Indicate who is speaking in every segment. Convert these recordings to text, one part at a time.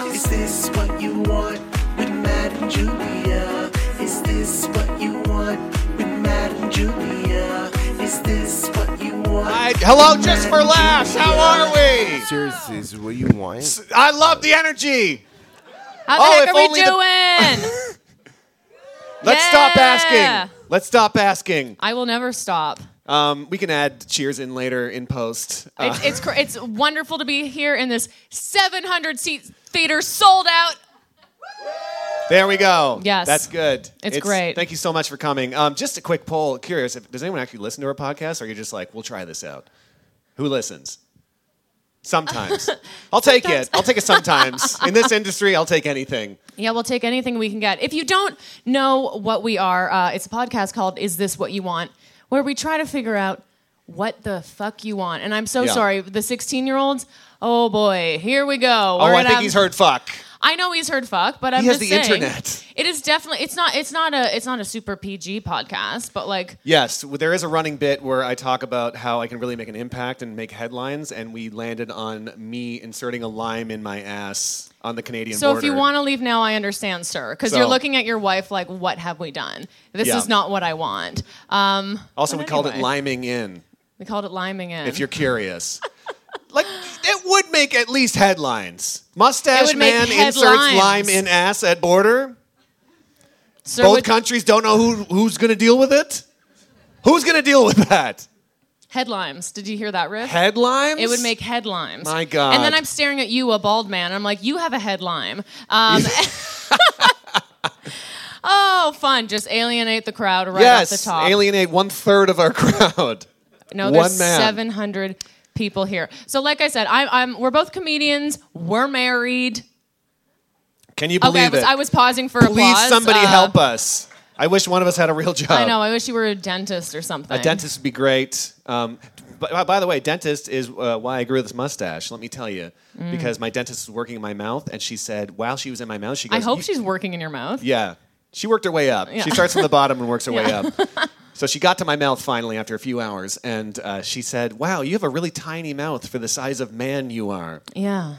Speaker 1: Is this what you want with Matt and Julia? Is this what you want with Matt and Julia? Is this what you want?
Speaker 2: I, hello, just for laughs. How are we?
Speaker 3: Seriously, is what you want?
Speaker 2: I love the energy.
Speaker 4: How
Speaker 2: Oh,
Speaker 4: the
Speaker 2: if
Speaker 4: heck are we
Speaker 2: only the-
Speaker 4: doing?
Speaker 2: Let's stop
Speaker 4: Yeah.
Speaker 2: asking. Let's stop asking.
Speaker 4: I will never stop.
Speaker 2: Um, we can add cheers in later in post. Uh,
Speaker 4: It's it's, cr- it's wonderful to be here in this 700 seat theater, sold out.
Speaker 2: there we go.
Speaker 4: Yes.
Speaker 2: that's good.
Speaker 4: It's great.
Speaker 2: Thank you so much for coming. Um, just a quick poll. Curious, if, does anyone actually listen to our podcast, or are you just like, we'll try this out? Who listens? Sometimes. I'll take it. I'll take it sometimes. In this industry, I'll take anything.
Speaker 4: Yeah, we'll take anything we can get. If you don't know what we are, uh, it's a podcast called "Is This What You Want," where we try to figure out what the fuck you want. And I'm so
Speaker 2: Yeah.
Speaker 4: sorry, the 16 year olds. Oh boy, here we go.
Speaker 2: oh,
Speaker 4: We're
Speaker 2: I
Speaker 4: gonna
Speaker 2: think
Speaker 4: have-
Speaker 2: he's heard fuck.
Speaker 4: I know he's heard fuck, but I'm
Speaker 2: has
Speaker 4: just
Speaker 2: the
Speaker 4: saying.
Speaker 2: internet.
Speaker 4: It is definitely. It's not. It's not a. It's not a super PG podcast, but like.
Speaker 2: Yes, w- there is a running bit where I talk about how I can really make an impact and make headlines, and we landed on me inserting a lime in my ass on the Canadian
Speaker 4: So
Speaker 2: border.
Speaker 4: if you want to leave now, I understand, sir, because you're
Speaker 2: So-
Speaker 4: looking at your wife like, what have we done? This
Speaker 2: Yeah.
Speaker 4: is not what I want. Um,
Speaker 2: also
Speaker 4: but
Speaker 2: we called it
Speaker 4: anyway.
Speaker 2: liming in.
Speaker 4: We called it liming in.
Speaker 2: If you're curious, like it would make at least headlines. Mustache
Speaker 4: would make
Speaker 2: man inserts
Speaker 4: headlines.
Speaker 2: lime in ass at border.
Speaker 4: sir,
Speaker 2: Both
Speaker 4: would-
Speaker 2: countries don't know who who's going to deal with it. Who's going to deal with that?
Speaker 4: headlines. Did you hear that riff?
Speaker 2: Headlines.
Speaker 4: it would make headlines.
Speaker 2: My God.
Speaker 4: And then I'm staring at you, a bald man. I'm like, you have a headline. Um, oh, fun! Just alienate the crowd right
Speaker 2: yes
Speaker 4: off the top.
Speaker 2: alienate one third of our crowd.
Speaker 4: No,
Speaker 2: One
Speaker 4: there's
Speaker 2: man.
Speaker 4: 700 people here. So, like I said, I'm, I'm we're both comedians. We're married.
Speaker 2: Can you
Speaker 4: Okay,
Speaker 2: believe
Speaker 4: I was,
Speaker 2: it?
Speaker 4: I was pausing for
Speaker 2: Please,
Speaker 4: applause.
Speaker 2: somebody
Speaker 4: Uh,
Speaker 2: help us. I wish one of us had a real job.
Speaker 4: I know. I wish you were a dentist or something.
Speaker 2: A dentist would be great. Um, but, by the way, dentist is uh, why I grew this mustache. Let me tell you,
Speaker 4: Mm.
Speaker 2: because my dentist was working in my mouth, and she said while she was in my mouth, she goes.
Speaker 4: I hope
Speaker 2: "You-
Speaker 4: she's working in your mouth.
Speaker 2: Yeah, she worked her way up.
Speaker 4: Yeah.
Speaker 2: She starts from the bottom and works her way up. So she got to my mouth finally after a few hours, and uh, she said, "Wow, you have a really tiny mouth for the size of man you are."
Speaker 4: Yeah.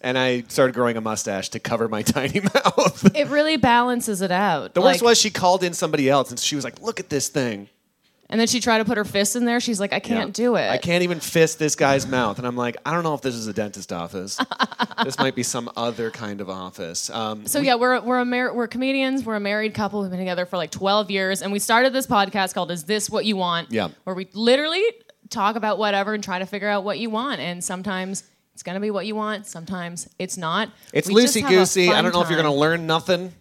Speaker 2: And I started growing a mustache to cover my tiny mouth.
Speaker 4: It really balances it out.
Speaker 2: The worst
Speaker 4: Like-
Speaker 2: was she called in somebody else and she was like, "Look at this thing."
Speaker 4: and then she tried to put her fist in there. She's like, I can't
Speaker 2: Yeah.
Speaker 4: do it.
Speaker 2: I can't even fist this guy's mouth, and I'm like, I don't know if this is a dentist office. this might be some other kind of office. Um,
Speaker 4: So yeah, we're we're a mar- we're comedians. We're a married couple. We've been together for like twelve years, and we started this podcast called "Is This What You Want?"
Speaker 2: Yeah.
Speaker 4: where we literally talk about whatever and try to figure out what you want. And sometimes it's gonna be what you want. Sometimes it's not.
Speaker 2: it's
Speaker 4: We just
Speaker 2: loosey
Speaker 4: have a
Speaker 2: goosey. I
Speaker 4: fun
Speaker 2: don't know if you're
Speaker 4: time.
Speaker 2: gonna learn nothing,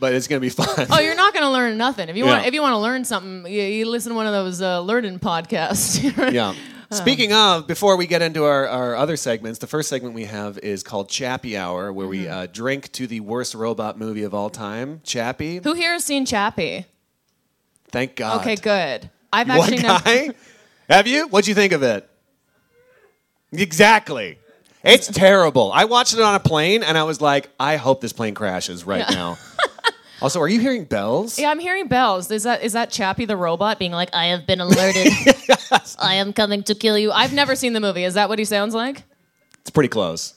Speaker 2: but it's gonna be fun.
Speaker 4: Oh, you're not gonna learn nothing. If you want,
Speaker 2: Yeah.
Speaker 4: if you want to learn something, you, you listen to one of those uh, learning podcasts.
Speaker 2: yeah. Speaking of, before we get into our, our other segments, the first segment we have is called Chappie Hour, where
Speaker 4: Mm-hmm.
Speaker 2: we uh, drink to the worst robot movie of all time, Chappie.
Speaker 4: Who here has seen Chappie?
Speaker 2: Thank God.
Speaker 4: Okay, good. I've
Speaker 2: One
Speaker 4: actually never.
Speaker 2: guy? Have you? What'd you think of it? Exactly. It's terrible. I watched it on a plane and I was like, I hope this plane crashes right now. also, are you hearing bells?
Speaker 4: Yeah, I'm hearing bells. Is that is that Chappie the robot being like, "I have been alerted. I am coming to kill you." I've never seen the movie. Is that what he sounds like?
Speaker 2: It's pretty close.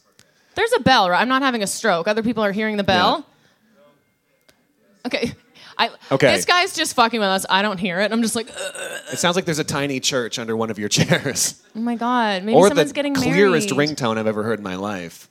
Speaker 4: There's a bell, right? I'm not having a stroke. Other people are hearing the bell. Okay. I,
Speaker 2: Okay.
Speaker 4: This guy's just fucking with us. I don't hear it. I'm just like, "Ugh,
Speaker 2: It sounds like there's a tiny church under one of your chairs.
Speaker 4: oh my god, maybe
Speaker 2: or the
Speaker 4: someone's getting
Speaker 2: clearest
Speaker 4: married.
Speaker 2: ringtone I've ever heard in my life.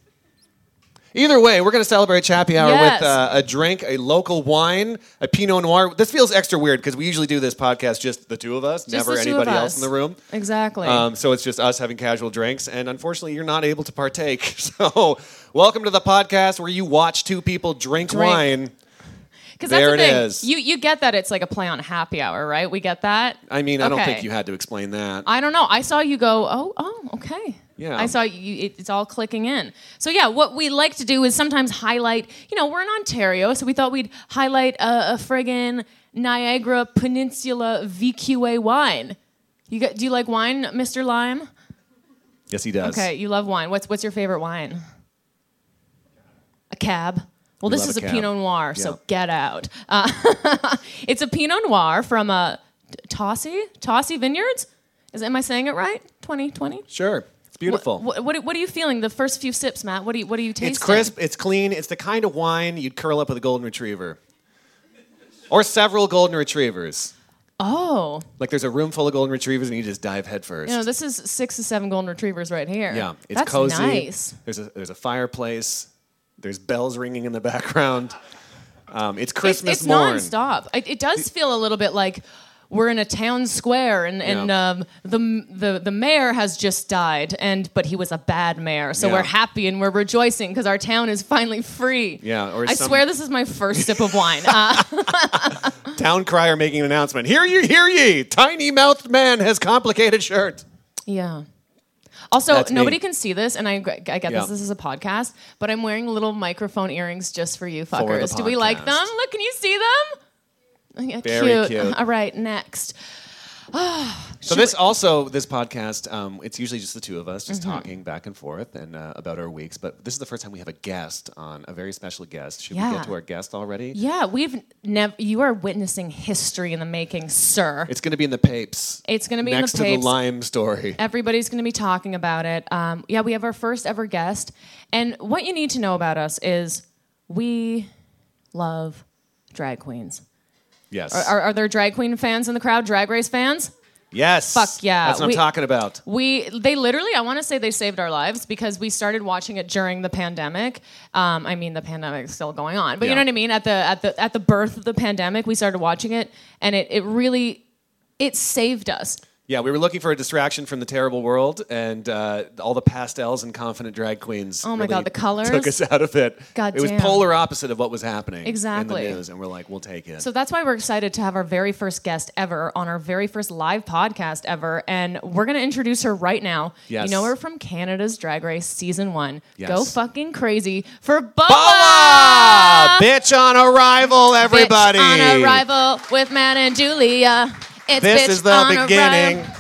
Speaker 2: Either way, we're going to celebrate Chappie Hour
Speaker 4: Yes.
Speaker 2: with uh, a drink, a local wine, a Pinot Noir. This feels extra weird because we usually do this podcast just the two of us,
Speaker 4: Just
Speaker 2: never
Speaker 4: the two
Speaker 2: anybody
Speaker 4: of
Speaker 2: else
Speaker 4: us.
Speaker 2: in the room.
Speaker 4: Exactly.
Speaker 2: Um, so it's just us having casual drinks, and unfortunately, you're not able to partake. So, welcome to the podcast where you watch two people drink,
Speaker 4: Drink.
Speaker 2: wine.
Speaker 4: Because
Speaker 2: there it
Speaker 4: that's the thing.
Speaker 2: is.
Speaker 4: You you get that it's like a play on happy hour, right? We get that.
Speaker 2: I mean, I don't
Speaker 4: Okay. Uh,
Speaker 2: think you had to explain that.
Speaker 4: I don't know. I saw you go, oh, oh, okay.
Speaker 2: Yeah.
Speaker 4: I saw you, it, it's all clicking in. So, yeah, what we like to do is sometimes highlight, you know, we're in Ontario, so we thought we'd highlight a, a friggin' Niagara Peninsula VQA wine. You got, do you like wine, Mr. Lime?
Speaker 2: yes, he does.
Speaker 4: Okay, you love wine. What's, what's your favorite wine? A cab. Well,
Speaker 2: We
Speaker 4: this
Speaker 2: love
Speaker 4: is
Speaker 2: a
Speaker 4: a,
Speaker 2: cab.
Speaker 4: Pinot Noir,
Speaker 2: Yeah.
Speaker 4: so get out. Uh, it's a Pinot Noir from uh, T- Tossie, Tossie Vineyards. Is, am I saying it right? 2020?
Speaker 2: Sure. beautiful.
Speaker 4: What, what, what are you feeling the first few sips, Matt? What do you What do you taste?
Speaker 2: It's crisp. It's clean. It's the kind of wine you'd curl up with a golden retriever, or several golden retrievers.
Speaker 4: Oh,
Speaker 2: Like there's a room full of golden retrievers, and you just dive headfirst.
Speaker 4: you know this is six to seven golden retrievers right here.
Speaker 2: yeah, it's
Speaker 4: That's
Speaker 2: cozy.
Speaker 4: Nice.
Speaker 2: There's a there's a fireplace. There's bells ringing in the background. Um, it's
Speaker 4: It's,
Speaker 2: Christmas
Speaker 4: it's
Speaker 2: morn.
Speaker 4: nonstop. It, it does feel a little bit like we're in a town square, and and
Speaker 2: Yeah.
Speaker 4: um, the the the mayor has just died, and but he was a bad mayor, so
Speaker 2: Yeah.
Speaker 4: we're happy and we're rejoicing because our town is finally free.
Speaker 2: Yeah, or
Speaker 4: I
Speaker 2: some-
Speaker 4: swear this is my first sip of wine. Uh,
Speaker 2: Town crier making an announcement. Hear ye, hear ye! Tiny mouthed man has complicated shirt.
Speaker 4: yeah. Also,
Speaker 2: That's me.
Speaker 4: nobody can see this, and I, gr- I get
Speaker 2: Yeah.
Speaker 4: this. This is a podcast, but I'm wearing little microphone earrings just for you
Speaker 2: the
Speaker 4: fuckers. Do we like them?
Speaker 2: podcast.
Speaker 4: Look, can you see them? Yeah,
Speaker 2: Very cute.
Speaker 4: All right, next.
Speaker 2: So this also this podcast, um, it's usually just the two of us, just talking back and forth and uh, about our weeks. But this is the first time we have a guest on, a very special guest. Should we
Speaker 4: Yeah.
Speaker 2: get to our guest already?
Speaker 4: Yeah, we've never. You are witnessing history in the making, sir.
Speaker 2: It's going to be in the papes.
Speaker 4: It's gonna be in the
Speaker 2: next to
Speaker 4: papes.
Speaker 2: the lime story.
Speaker 4: Everybody's going to be talking about it. Um, yeah, we have our first ever guest, and what you need to know about us is we love drag queens.
Speaker 2: Yes.
Speaker 4: Are, are there drag queen fans in the crowd? Drag race fans?
Speaker 2: yes.
Speaker 4: Fuck yeah,
Speaker 2: That's what
Speaker 4: we-
Speaker 2: I'm talking about.
Speaker 4: We they literally I want to say they saved our lives because we started watching it during the pandemic. Um, I mean the pandemic is still going on, but you
Speaker 2: Yeah.
Speaker 4: know what I mean. At the at the at the birth of the pandemic, we started watching it, and it it really it saved us.
Speaker 2: Yeah, we were looking for a distraction from the terrible world, and uh, all the pastels and confident drag queens.
Speaker 4: Oh my
Speaker 2: really
Speaker 4: God, the colours.
Speaker 2: took us out of it.
Speaker 4: God
Speaker 2: it was
Speaker 4: damn.
Speaker 2: polar opposite of what was happening
Speaker 4: Exactly.
Speaker 2: in the news, and we're like, we'll take it.
Speaker 4: So that's why we're excited to have our very first guest ever on our very first live podcast ever, and we're gonna introduce her right now.
Speaker 2: Yes.
Speaker 4: You know her from Canada's Drag Race season one.
Speaker 2: Yes.
Speaker 4: Go fucking crazy for Boa!
Speaker 2: Boa! bitch on arrival, everybody.
Speaker 4: Bitch on arrival with Matt and Julia. It's
Speaker 2: This
Speaker 4: bitch
Speaker 2: is the
Speaker 4: on
Speaker 2: beginning
Speaker 4: Arrival.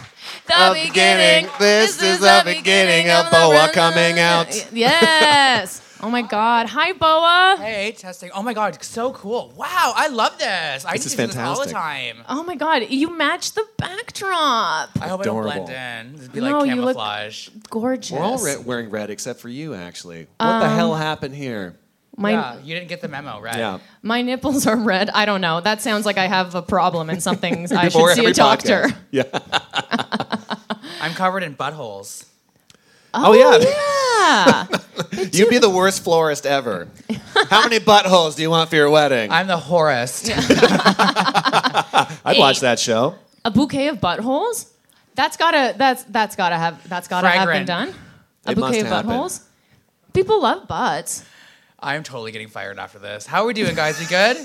Speaker 4: The
Speaker 2: of beginning. This is the beginning of
Speaker 4: the
Speaker 2: Boa
Speaker 4: run-
Speaker 2: coming out.
Speaker 4: Yes. Oh my God. Hi, Boa.
Speaker 5: Hey, testing. Oh my god, so cool. Wow, I love this. I
Speaker 2: This
Speaker 5: need
Speaker 2: is
Speaker 5: to do this all the
Speaker 2: fantastic.
Speaker 5: time.
Speaker 4: Oh my God. You match the backdrop.
Speaker 5: I hope I
Speaker 2: Adorable.
Speaker 5: don't blend in. This would be
Speaker 4: No,
Speaker 5: like
Speaker 4: you look-
Speaker 5: camouflage.
Speaker 4: Gorgeous.
Speaker 2: We're all re- wearing red except for you, actually. What
Speaker 4: Um,
Speaker 2: the hell happened here?
Speaker 4: my,
Speaker 5: yeah, you didn't get the memo, right?
Speaker 2: Yeah.
Speaker 4: my nipples are red. I don't know. That sounds like I have a problem and something I
Speaker 2: Before
Speaker 4: should see a
Speaker 2: every
Speaker 4: doctor.
Speaker 2: podcast. Yeah.
Speaker 5: I'm covered in buttholes.
Speaker 2: Oh, yeah.
Speaker 4: yeah.
Speaker 2: You'd be the worst florist ever. How many buttholes do you want for your wedding?
Speaker 5: I'm the horrest.
Speaker 2: I'd watch that show.
Speaker 4: a bouquet of buttholes. That's gotta that's that's gotta have that's gotta have been
Speaker 5: Fragrant.
Speaker 4: done. A
Speaker 2: It
Speaker 4: bouquet
Speaker 2: must
Speaker 4: of
Speaker 2: happen.
Speaker 4: buttholes. People love butts.
Speaker 5: I'm totally getting fired after this. How are we doing, guys? We good?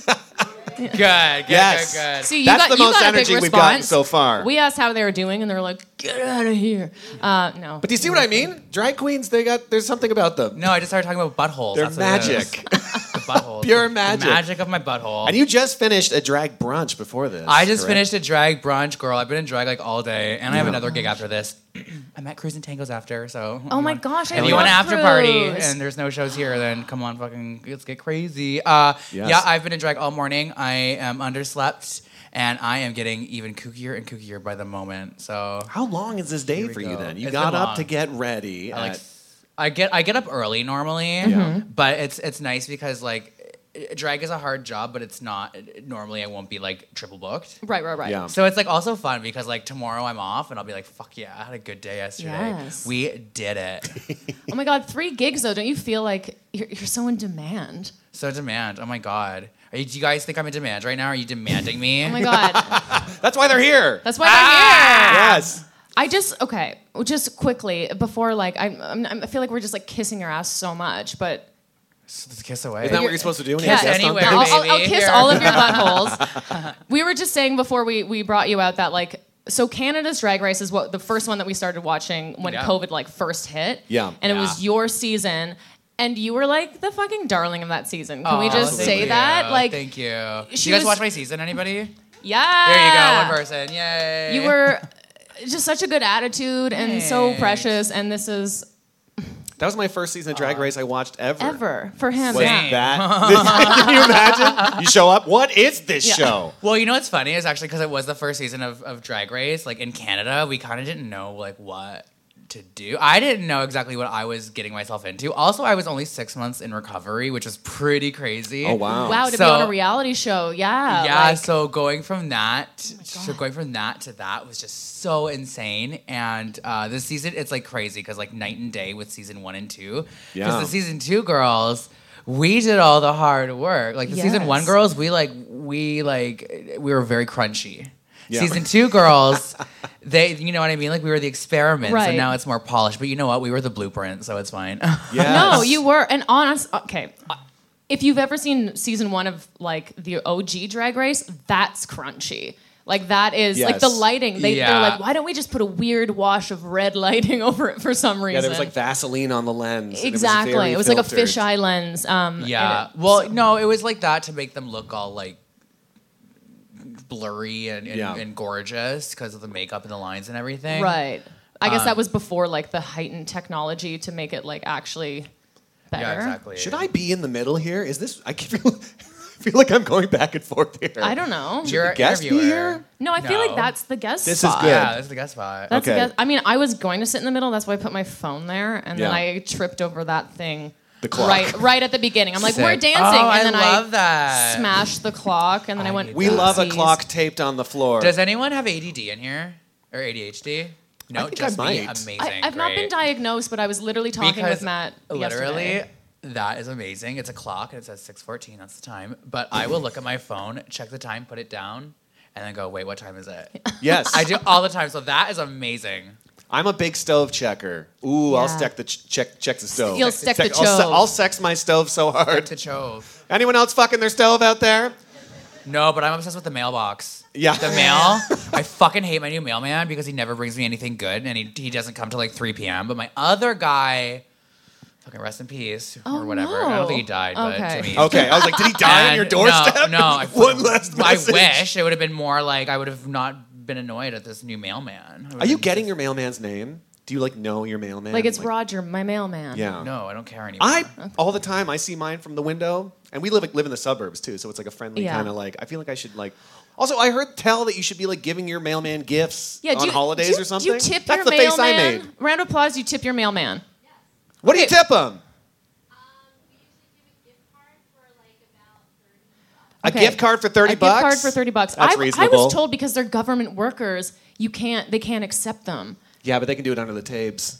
Speaker 5: good, good,
Speaker 2: Yes.
Speaker 5: good, good.
Speaker 4: See, you
Speaker 2: That's
Speaker 4: got,
Speaker 2: the
Speaker 4: you
Speaker 2: most
Speaker 4: got a big
Speaker 2: energy we've
Speaker 4: response.
Speaker 2: gotten so far.
Speaker 4: We asked how they were doing, and they were like, "Get out of here." Uh, no,
Speaker 2: But do you see what I mean? Drag queens, they got there's something about them.
Speaker 5: No, I just started talking about buttholes.
Speaker 2: They're
Speaker 5: That's what it is.
Speaker 2: magic.
Speaker 5: The buttholes.
Speaker 2: Pure
Speaker 5: The
Speaker 2: magic.
Speaker 5: magic of my butthole.
Speaker 2: and you just finished a drag brunch before this.
Speaker 5: I just
Speaker 2: correct?
Speaker 5: finished a drag brunch, girl. I've been in drag like all day, and I have another gig after this. I'm at Cruise and Tangos after, so.
Speaker 4: Oh my
Speaker 5: if you want-
Speaker 4: gosh, I
Speaker 5: If you want an
Speaker 4: love
Speaker 5: after party
Speaker 4: Cruise.
Speaker 5: and there's no shows here, then come on, fucking, let's get crazy. Uh,
Speaker 2: Yes.
Speaker 5: Yeah, I've been in drag all morning. I am underslept, and I am getting even kookier and kookier by the moment. So
Speaker 2: How long is this day
Speaker 5: we
Speaker 2: for you
Speaker 5: go.
Speaker 2: then? You
Speaker 5: It's
Speaker 2: got
Speaker 5: been
Speaker 2: up
Speaker 5: long.
Speaker 2: to get ready.
Speaker 5: I like
Speaker 2: at-
Speaker 5: I get I get up early normally, but it's it's nice because like eh, drag is a hard job, but it's not normally I won't be like triple booked.
Speaker 4: right, right, right.
Speaker 2: Yeah.
Speaker 5: So it's like also fun because like tomorrow I'm off and I'll be like, fuck yeah, I had a good day yesterday.
Speaker 4: Yes.
Speaker 5: We did it.
Speaker 4: Oh my god, three gigs though. Don't you feel like you're, you're so in demand?
Speaker 5: so demand. Oh my god. Are you, do you guys think I'm in demand right now? Are you demanding me?
Speaker 4: Oh my god,
Speaker 2: That's why they're here.
Speaker 4: that's why I'm here.
Speaker 2: yes.
Speaker 4: I just okay, just quickly before like I'm, I'm I feel like we're just like kissing your ass so much, but
Speaker 5: Let's kiss away.
Speaker 2: Isn't that what you're supposed to do when you
Speaker 4: Yeah.
Speaker 2: have guests
Speaker 5: Anywhere,
Speaker 2: on?
Speaker 4: I'll,
Speaker 2: stage?
Speaker 4: I'll, I'll
Speaker 5: baby.
Speaker 4: kiss
Speaker 5: Here.
Speaker 4: all of your buttholes. we were just saying before we, we brought you out that like so Canada's Drag Race is what the first one that we started watching when
Speaker 5: Yeah.
Speaker 4: COVID like first hit.
Speaker 2: Yeah.
Speaker 4: and it
Speaker 5: Yeah.
Speaker 4: was your season, and you were like the fucking darling of that season. Can we
Speaker 5: Aw,
Speaker 4: just
Speaker 5: thank
Speaker 4: say
Speaker 5: you.
Speaker 4: that? Like,
Speaker 5: Oh, thank you.
Speaker 4: she
Speaker 5: She you guys
Speaker 4: was-
Speaker 5: watch my season? Anybody?
Speaker 4: yeah,
Speaker 5: There you go, one person. Yay.
Speaker 4: You were just such a good attitude and so
Speaker 5: Thanks.
Speaker 4: precious, and this is
Speaker 2: That was my first season of Drag Race I watched ever.
Speaker 4: Uh-huh. ever for him.
Speaker 2: Was
Speaker 4: Yeah.
Speaker 5: Same.
Speaker 2: that? Can you imagine? You show up. What is this
Speaker 4: Yeah.
Speaker 2: show?
Speaker 5: Well, you know what's funny is actually because it was the first season of, of Drag Race, like in Canada, we kind of didn't know like what to do. I didn't know exactly what I was getting myself into. Also, I was only six months in recovery, which was pretty crazy.
Speaker 2: Oh wow.
Speaker 4: Wow, to be
Speaker 5: So-
Speaker 4: on a reality show. Yeah.
Speaker 5: Yeah,
Speaker 4: like- Oh
Speaker 5: so going from that to going from that to that was just so insane. And uh, this season, it's like crazy because like night and day with season one and two.
Speaker 2: Yeah.
Speaker 5: Because the season two girls, we did all the hard work. Like the season one
Speaker 4: Yes.
Speaker 5: girls, we like we like we were very crunchy.
Speaker 2: Yeah.
Speaker 5: Season two girls, they you know what I mean? Like we were the experiment, so
Speaker 4: Right.
Speaker 5: now it's more polished. But you know what? We were the blueprint, so it's fine.
Speaker 2: Yes.
Speaker 4: No, you were. And honest, okay. uh, If you've ever seen season one of like the OG Drag Race, that's crunchy. Like that is like the
Speaker 2: Yes.
Speaker 4: lighting. They,
Speaker 5: Yeah.
Speaker 4: They're like, why don't we just put a weird wash of red lighting over it for some reason?
Speaker 2: Yeah, there was like Vaseline on the lens. and
Speaker 4: Exactly. It was,
Speaker 2: very
Speaker 4: like a
Speaker 2: filtered.
Speaker 4: fisheye lens. Um, in
Speaker 5: Yeah.
Speaker 4: it.
Speaker 5: Well, no, it was like that to make them look all like blurry and and,
Speaker 2: Yeah.
Speaker 5: and gorgeous because of the makeup and the lines and everything.
Speaker 4: Right. I guess
Speaker 2: um,
Speaker 4: that was before like the heightened technology to make it like actually better.
Speaker 5: Yeah, exactly.
Speaker 2: Should I be in the middle here? Is this? I can feel, I feel like I'm going back and forth here.
Speaker 4: I don't know.
Speaker 5: You're
Speaker 2: the guest be
Speaker 5: interviewer.
Speaker 2: here?
Speaker 4: No, I feel like
Speaker 5: No.
Speaker 4: that's the guest
Speaker 2: This is
Speaker 4: spot.
Speaker 2: good.
Speaker 5: Yeah, that's the guest spot. Oh,
Speaker 4: That's
Speaker 2: Okay.
Speaker 4: a guess. I mean, I was going to sit in the middle. That's why I put my phone there, and then
Speaker 2: Yeah.
Speaker 4: I tripped over that thing.
Speaker 2: The clock.
Speaker 4: Right, right at the beginning. I'm like,
Speaker 5: Sick.
Speaker 4: we're dancing,
Speaker 5: Oh,
Speaker 4: and then
Speaker 5: I love that.
Speaker 4: smashed the clock, and then I,
Speaker 5: I
Speaker 4: went.
Speaker 5: need
Speaker 2: We love a
Speaker 4: "Oopsies."
Speaker 2: clock taped on the floor.
Speaker 5: Does anyone have ADD in here or ADHD? No,
Speaker 2: think I
Speaker 5: just me.
Speaker 2: might.
Speaker 5: Amazing.
Speaker 4: I, I've not been
Speaker 5: Great.
Speaker 4: diagnosed, but I was literally talking
Speaker 5: because
Speaker 4: with Matt.
Speaker 5: Literally,
Speaker 4: yesterday.
Speaker 5: that is amazing. It's a clock and it says six fourteen. That's the time. But I will look at my phone, check the time, put it down, and then go, wait, what time is it?
Speaker 2: yes,
Speaker 5: I do all the time. So that is amazing.
Speaker 2: I'm a big stove checker. Ooh, I'll
Speaker 4: Yeah.
Speaker 2: check the ch- check check the stove.
Speaker 4: You'll stick the
Speaker 2: I'll, se-
Speaker 4: stove.
Speaker 2: I'll sex my stove so hard.
Speaker 5: to Chove.
Speaker 2: Anyone else fucking their stove out there?
Speaker 5: No, but I'm obsessed with the mailbox.
Speaker 2: Yeah.
Speaker 5: The mail. I fucking hate my new mailman because he never brings me anything good and he, he doesn't come till like 3 p.m. But my other guy, fucking rest in peace
Speaker 4: Oh,
Speaker 5: or whatever.
Speaker 4: no.
Speaker 5: I don't think he died, but
Speaker 4: Okay.
Speaker 5: to me.
Speaker 2: Okay, I was like, did he die on your
Speaker 5: And
Speaker 2: doorstep?
Speaker 5: No, no. I,
Speaker 2: One last
Speaker 5: I
Speaker 2: message.
Speaker 5: wish it would have been more like I would have not been annoyed at this new mailman. I
Speaker 2: Are you
Speaker 5: would've-
Speaker 2: getting your mailman's name? Do you like know your mailman?
Speaker 4: like it's Roger, my mailman.
Speaker 2: Yeah.
Speaker 5: No, I don't care anymore.
Speaker 2: I all the time I see mine from the window, and we live live in the suburbs too, so it's like a friendly
Speaker 4: Yeah.
Speaker 2: kind of like. I feel like I should like. Also, I heard tell that you should be like giving your mailman gifts
Speaker 4: Yeah, do
Speaker 2: on
Speaker 4: you-
Speaker 2: holidays
Speaker 4: do you-
Speaker 2: or something.
Speaker 4: Do you tip
Speaker 2: That's
Speaker 4: your
Speaker 2: the
Speaker 4: mailman?
Speaker 2: face I made.
Speaker 4: Round of applause. You tip your mailman.
Speaker 2: What do you tip him? A
Speaker 4: Okay.
Speaker 2: gift card for thirty
Speaker 4: a
Speaker 2: bucks.
Speaker 4: gift card for thirty bucks.
Speaker 2: That's
Speaker 4: I,
Speaker 2: reasonable.
Speaker 4: I was told because they're government workers, you can't. They can't accept them.
Speaker 2: Yeah, but they can do it under the tapes.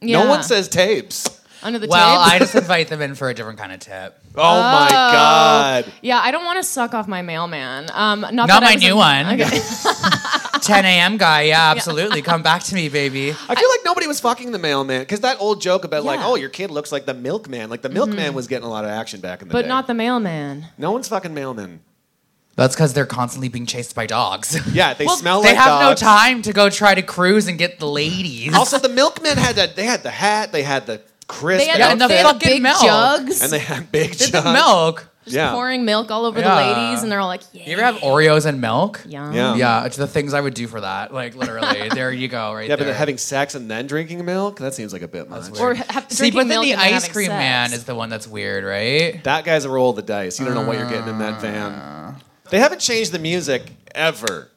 Speaker 4: Yeah.
Speaker 2: No one says tapes.
Speaker 4: under the
Speaker 5: well,
Speaker 4: table.
Speaker 5: I just invite them in for a different kind of tip.
Speaker 2: Oh, my god.
Speaker 4: Yeah, I don't want to suck off my mailman. Um, not
Speaker 5: Not
Speaker 4: that I
Speaker 5: my
Speaker 4: was
Speaker 5: new
Speaker 4: a-
Speaker 5: one. 10 a.m. guy. Yeah, absolutely. Come back to me, baby.
Speaker 2: I feel like nobody was fucking the mailman because that old joke about like,
Speaker 4: Yeah. Mm-hmm.
Speaker 2: oh, your kid looks like the milkman. Like the milkman was getting a lot of action back in the
Speaker 4: But
Speaker 2: day.
Speaker 4: not the mailman.
Speaker 2: no one's fucking mailman.
Speaker 5: That's because they're constantly being chased by dogs.
Speaker 2: Yeah, they smell
Speaker 5: they
Speaker 2: like
Speaker 5: have
Speaker 2: dogs.
Speaker 5: no time to go try to cruise and get the ladies.
Speaker 2: Also, the milkmen had that. They had the hat. They had the crisp
Speaker 4: They had,
Speaker 5: Yeah, and
Speaker 2: outfit,
Speaker 5: the
Speaker 4: they had
Speaker 5: fucking
Speaker 4: big
Speaker 5: milk.
Speaker 4: jugs,
Speaker 2: and they had big
Speaker 5: They
Speaker 2: jugs.
Speaker 5: have milk.
Speaker 4: just
Speaker 2: yeah.
Speaker 4: pouring milk all over
Speaker 5: Yeah.
Speaker 4: the ladies, and they're all like, "Yeah,
Speaker 5: You ever have Oreos and milk?
Speaker 4: yum."
Speaker 2: Yeah.
Speaker 5: Yeah, it's the things I would do for that. Like literally, there you go, right
Speaker 2: Yeah,
Speaker 5: there.
Speaker 2: but having sex and then drinking milk, that seems like a bit much.
Speaker 4: Or have,
Speaker 5: See,
Speaker 4: drinking
Speaker 5: but then
Speaker 4: milk
Speaker 5: the
Speaker 4: and having
Speaker 5: ice cream
Speaker 4: sex.
Speaker 5: man is the one that's weird, right?
Speaker 2: That guy's a roll of the dice. You don't know what you're getting in that
Speaker 5: Ah.
Speaker 2: van. They haven't changed the music ever.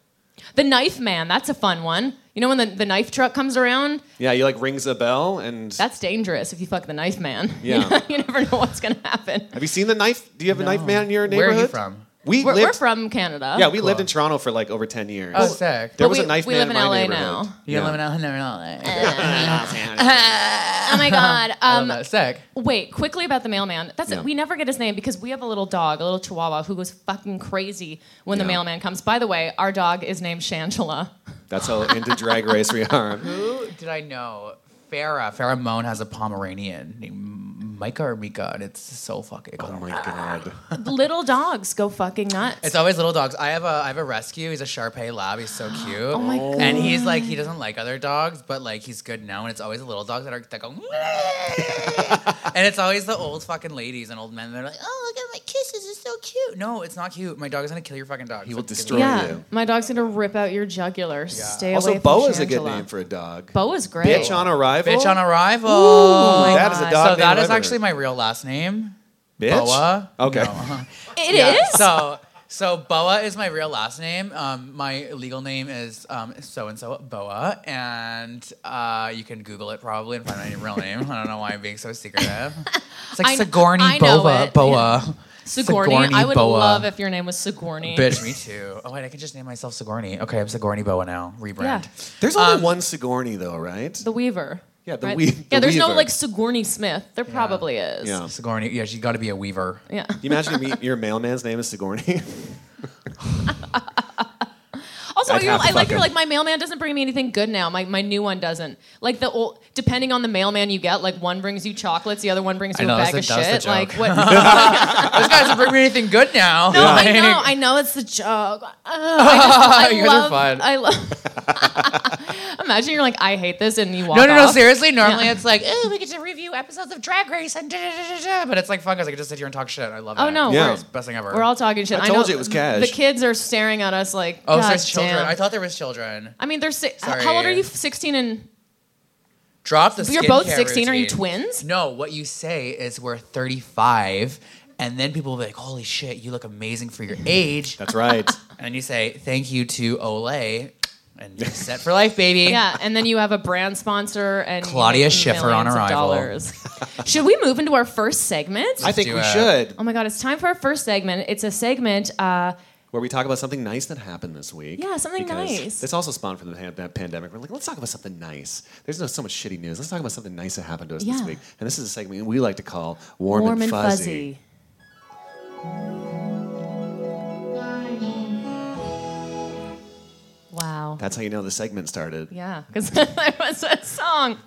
Speaker 4: the knife man. That's a fun one. You know when the, the knife truck comes around?
Speaker 2: Yeah, you like rings a bell and.
Speaker 4: That's dangerous if you fuck the knife man. You,
Speaker 2: Yeah.
Speaker 4: know, you never know what's gonna happen.
Speaker 2: have you seen the knife? Do you have a knife man in your
Speaker 5: Where are
Speaker 2: neighborhood?
Speaker 5: you from?
Speaker 2: We
Speaker 4: We're,
Speaker 2: lived.
Speaker 4: we're from Canada.
Speaker 2: yeah, we lived
Speaker 5: Cool.
Speaker 2: in Toronto for like over ten years.
Speaker 5: Oh, sick.
Speaker 2: there
Speaker 4: But
Speaker 2: was
Speaker 4: we-
Speaker 2: a knife
Speaker 4: we
Speaker 2: man
Speaker 4: live
Speaker 2: in
Speaker 4: in
Speaker 2: my
Speaker 4: LA
Speaker 2: neighborhood.
Speaker 4: now.
Speaker 5: You live in LA, never
Speaker 4: Um,
Speaker 5: know.
Speaker 4: Oh my god. Um,
Speaker 5: Uh, sick.
Speaker 4: Wait, quickly about the mailman. That's
Speaker 2: Yeah.
Speaker 4: it. We never get his name because we have a little dog, a little chihuahua, who goes fucking crazy when
Speaker 2: Yeah.
Speaker 4: the mailman comes. By the way, our dog is named Shangela.
Speaker 2: That's how into drag race we are.
Speaker 5: Who did I know? Farah. Farah Moan has a Pomeranian named Micah or Mika, and it's so fucking.
Speaker 2: Oh my god.
Speaker 4: little dogs go fucking nuts.
Speaker 5: It's always little dogs. I have a I have a rescue. He's a Shar Pei Lab. He's so cute. oh
Speaker 4: my God.
Speaker 5: And he's like he doesn't like other dogs, but like he's good now. And it's always the little dogs that are that go. "Meow." and it's always the old fucking ladies and old men. They're like, oh look at my kisses, it's so cute. No, it's not cute. My dog is gonna kill your fucking dog.
Speaker 2: He will
Speaker 5: Fucking
Speaker 2: destroy-
Speaker 5: kill your-
Speaker 4: yeah,
Speaker 2: you.
Speaker 4: my dog's gonna rip out your jugular. Stay
Speaker 2: Also,
Speaker 4: away from
Speaker 2: Boa is a good
Speaker 4: Shangela.
Speaker 2: name for a dog.
Speaker 4: Boa's great.
Speaker 2: Bitch on arrival.
Speaker 5: Bitch on arrival.
Speaker 4: my
Speaker 2: That is a
Speaker 4: God.
Speaker 2: dog.
Speaker 5: so
Speaker 2: named
Speaker 5: that is
Speaker 2: Weather.
Speaker 5: actually my real last name.
Speaker 2: Bitch?
Speaker 5: Boa. uh-huh.
Speaker 2: Okay.
Speaker 5: No.
Speaker 4: It
Speaker 5: Yeah,
Speaker 4: is?
Speaker 5: So So Boa is my real last name. Um, my legal name is um, so and so Boa, and uh, you can Google it probably and find my real name. I don't know why I'm being so secretive. It's like
Speaker 4: I kn-
Speaker 5: Sigourney
Speaker 4: I know
Speaker 5: Boa.
Speaker 4: it.
Speaker 5: Boa.
Speaker 4: Sigourney. I would
Speaker 5: Boa.
Speaker 4: love if your name was Sigourney.
Speaker 5: Bitch, me too. Oh wait, I can just name myself Sigourney. Okay, I'm Sigourney Boa now. Rebrand.
Speaker 4: Yeah.
Speaker 2: There's only
Speaker 5: Um,
Speaker 2: one Sigourney though, right?
Speaker 4: The Weaver.
Speaker 2: Yeah, the
Speaker 4: right?
Speaker 2: Wea- the
Speaker 4: Yeah, there's no
Speaker 2: Weaver.
Speaker 4: like Sigourney Smith. There probably is.
Speaker 2: Yeah.
Speaker 5: Sigourney. Yeah, she's got to be a weaver.
Speaker 4: Yeah.
Speaker 2: you imagine you meet your mailman's name is Sigourney?
Speaker 4: Also,
Speaker 2: I'd
Speaker 4: you're,
Speaker 2: have to
Speaker 4: I like
Speaker 2: fuck
Speaker 4: you're
Speaker 2: him.
Speaker 4: like my mailman doesn't bring me anything good now. My my new one doesn't. Like the old, depending on the mailman you get, like one brings you chocolates, the other one brings
Speaker 5: I
Speaker 4: you
Speaker 5: know,
Speaker 4: a
Speaker 5: that's
Speaker 4: bag of
Speaker 5: the- that was
Speaker 4: shit.
Speaker 5: the
Speaker 4: Like
Speaker 5: joke.
Speaker 4: what? no,
Speaker 5: This guy doesn't bring me anything good now. No,
Speaker 4: I know, I know it's the joke. Ugh, I, just, I
Speaker 5: You guys are
Speaker 4: love.
Speaker 5: fun.
Speaker 4: I love. Imagine you're like, I hate this, and you walk.
Speaker 5: No, no, no.
Speaker 4: off.
Speaker 5: Seriously, normally
Speaker 4: Yeah.
Speaker 5: it's like, oh, we get to review episodes of Drag Race and da da da da. But it's like, fuck, us. I could just sit here and talk shit. I love it.
Speaker 4: Oh, no,
Speaker 2: Yeah.
Speaker 4: we're-
Speaker 5: it's the best thing ever.
Speaker 4: We're all talking shit.
Speaker 2: I told
Speaker 4: know
Speaker 2: you it was cash.
Speaker 4: The kids are staring at us like,
Speaker 5: oh,
Speaker 4: God
Speaker 5: so there's children.
Speaker 4: damn."
Speaker 5: I thought there was children.
Speaker 4: I mean, they're si-
Speaker 5: Sorry.
Speaker 4: how old are you? 16 and
Speaker 5: Drop the.
Speaker 4: you're both
Speaker 5: skincare
Speaker 4: 16. Are you
Speaker 5: routine.
Speaker 4: twins?
Speaker 5: No, what you say is we're 35, and then people will be like, holy shit, you look amazing for your age.
Speaker 2: That's right.
Speaker 5: and you say, thank you to Olay, and you're set for life, baby.
Speaker 4: Yeah, and then you have a brand sponsor and you
Speaker 5: Claudia
Speaker 4: make
Speaker 5: Schiffer on
Speaker 4: millions of
Speaker 5: arrival.
Speaker 4: dollars. Should we move into our first segment?
Speaker 2: I think
Speaker 5: do uh,
Speaker 2: we
Speaker 5: it.
Speaker 2: should.
Speaker 4: oh my god, it's time for our first segment. It's a segment. Uh,
Speaker 2: Where we talk about something nice that happened this week.
Speaker 4: Yeah, something
Speaker 2: because
Speaker 4: nice.
Speaker 2: It's also spawned from the pan- that pandemic. We're like, let's talk about something nice. There's no so much shitty news. Let's talk about something nice that happened to us
Speaker 4: Yeah.
Speaker 2: this week. And this is a segment we like to call Warm, and Fuzzy.
Speaker 4: Wow.
Speaker 2: That's how you know the segment started.
Speaker 4: Yeah, because that was a song.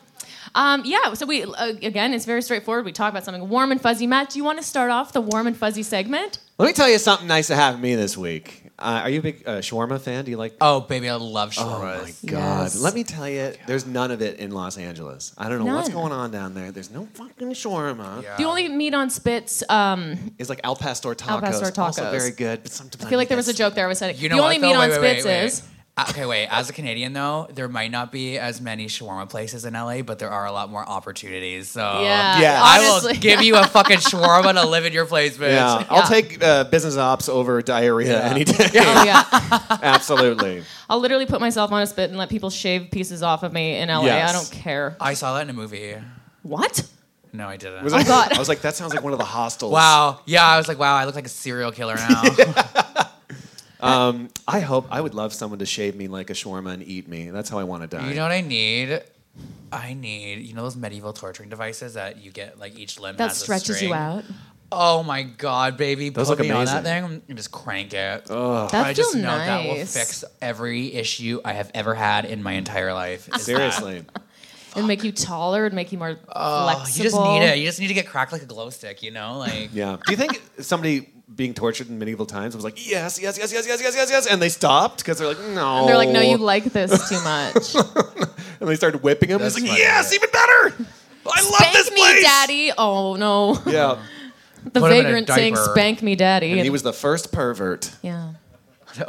Speaker 4: Um, yeah, so we uh, again, it's very straightforward. We talk about something warm and fuzzy. Matt, do you want to start off the warm and fuzzy segment?
Speaker 2: Let me tell you something nice that happened to me this week. Uh, are you a big uh, shawarma fan? Do you like
Speaker 5: Oh, baby, I love
Speaker 2: Oh
Speaker 5: shawarmas.
Speaker 2: my God.
Speaker 4: Yes.
Speaker 2: Let me tell you, there's none of it in Los Angeles. I don't know what's
Speaker 4: None.
Speaker 2: going on down there. There's no fucking shawarma.
Speaker 5: Yeah.
Speaker 4: The only meat on spits. Um,
Speaker 2: It's like Al Pastor tacos.
Speaker 4: Pastor
Speaker 2: Also
Speaker 4: tacos.
Speaker 2: very good, but sometimes
Speaker 4: I feel like there was a joke there. I was saying
Speaker 5: You know
Speaker 4: the
Speaker 5: what,
Speaker 4: only
Speaker 5: though?
Speaker 4: meat on
Speaker 5: Wait, wait, wait,
Speaker 4: spits
Speaker 5: wait.
Speaker 4: is.
Speaker 5: Uh, Okay, wait. As a Canadian, though, there might not be as many shawarma places in LA, but there are a lot more opportunities. So
Speaker 4: Yeah,
Speaker 2: Yeah.
Speaker 5: I
Speaker 4: honestly.
Speaker 5: will give you a fucking shawarma to live in your place, bitch.
Speaker 2: Yeah,
Speaker 4: Yeah.
Speaker 2: I'll take uh, business ops over diarrhea
Speaker 5: Yeah.
Speaker 2: any day.
Speaker 4: Oh yeah,
Speaker 2: Absolutely.
Speaker 4: I'll literally put myself on a spit and let people shave pieces off of me in LA.
Speaker 2: Yes.
Speaker 4: I don't care.
Speaker 5: I saw that in a movie.
Speaker 4: What?
Speaker 5: No, I didn't.
Speaker 2: Was I,
Speaker 4: Oh God.
Speaker 2: I was like, that sounds like one of the hostels.
Speaker 5: wow. Yeah, I was like, wow, I look like a serial killer now.
Speaker 2: I hope I would love someone to shave me like a shawarma and eat me. That's how I want to die.
Speaker 5: You know what I need? I need, you know, those medieval torturing devices that you get, like each limb
Speaker 4: That
Speaker 5: has a
Speaker 4: stretches you
Speaker 5: string?
Speaker 4: out.
Speaker 5: Oh my god, baby!
Speaker 2: Those
Speaker 5: Put
Speaker 2: look
Speaker 5: me on that
Speaker 2: amazing.
Speaker 5: thing and just crank it.
Speaker 4: That
Speaker 5: I
Speaker 4: feel
Speaker 5: just know that will
Speaker 4: nice.
Speaker 5: fix every issue I have ever had in my entire life. is that.
Speaker 2: Seriously.
Speaker 4: It'd make you taller. It'd make you more
Speaker 5: Oh,
Speaker 4: flexible.
Speaker 5: you just need it. You just need to get cracked like a glow stick, you know? Like
Speaker 2: Yeah. Do you think somebody being tortured in medieval times was like, yes, yes, yes, yes, yes, yes, yes, yes, and they stopped because they're like, no.
Speaker 4: And they're like, no, you like this too much.
Speaker 2: And they started whipping him.
Speaker 5: That's
Speaker 2: He's like,
Speaker 5: funny.
Speaker 2: yes, even better. I love
Speaker 4: spank
Speaker 2: this
Speaker 4: me,
Speaker 2: place.
Speaker 4: daddy. Oh no,
Speaker 2: Yeah.
Speaker 4: the
Speaker 5: Put him in a
Speaker 4: vagrant saying
Speaker 5: diaper.
Speaker 4: "spank me, daddy."
Speaker 2: And he was the first pervert.
Speaker 4: yeah.
Speaker 5: the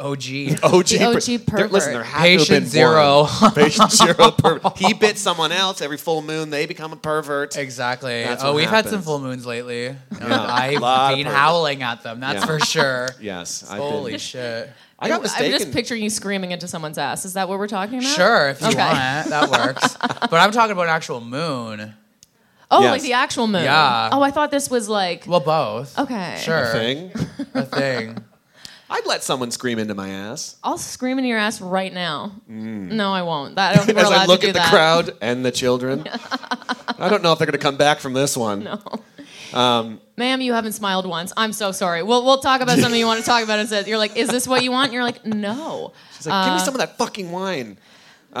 Speaker 5: OG.
Speaker 2: OG,
Speaker 4: The OG
Speaker 2: There, listen,
Speaker 4: pervert.
Speaker 2: there had to have
Speaker 5: Patient
Speaker 2: been
Speaker 5: zero.
Speaker 2: one. Patient zero. Pervert. He bit someone else. Every full moon, they become a pervert.
Speaker 5: exactly.
Speaker 2: That's
Speaker 5: oh,
Speaker 2: what
Speaker 5: we've had some
Speaker 2: happens.
Speaker 5: full moons lately. And
Speaker 2: Lot
Speaker 5: I've
Speaker 2: of
Speaker 5: been
Speaker 2: purple.
Speaker 5: howling at them, that's
Speaker 2: Yeah.
Speaker 5: for sure.
Speaker 2: Yes. I've been-
Speaker 5: Holy shit.
Speaker 2: I got
Speaker 4: I'm
Speaker 2: mistaken.
Speaker 4: just picturing you screaming into someone's ass. Is that what we're talking about?
Speaker 5: Sure, if you
Speaker 4: Okay.
Speaker 5: want, that works. but I'm talking about an actual moon.
Speaker 4: Oh,
Speaker 2: Yes.
Speaker 4: like the actual moon.
Speaker 5: Yeah.
Speaker 4: Oh, I thought this was like.
Speaker 5: Well, both.
Speaker 4: Okay.
Speaker 5: Sure.
Speaker 2: thing.
Speaker 5: A thing.
Speaker 2: I'd let someone scream into my ass
Speaker 4: I'll scream in your ass right now. No, I won't. That, I don't think we're
Speaker 2: Mm. as
Speaker 4: allowed
Speaker 2: I look
Speaker 4: to do
Speaker 2: at the
Speaker 4: that.
Speaker 2: crowd and the children. I don't know if they're going to come back from this one. Um,
Speaker 4: Ma'am, you haven't smiled once. I'm so sorry. We'll, we'll talk about something you want to talk about. And says you're like, is this what you want? And you're like, no.
Speaker 2: She's like,
Speaker 5: Uh,
Speaker 2: give me some of that fucking wine.
Speaker 5: what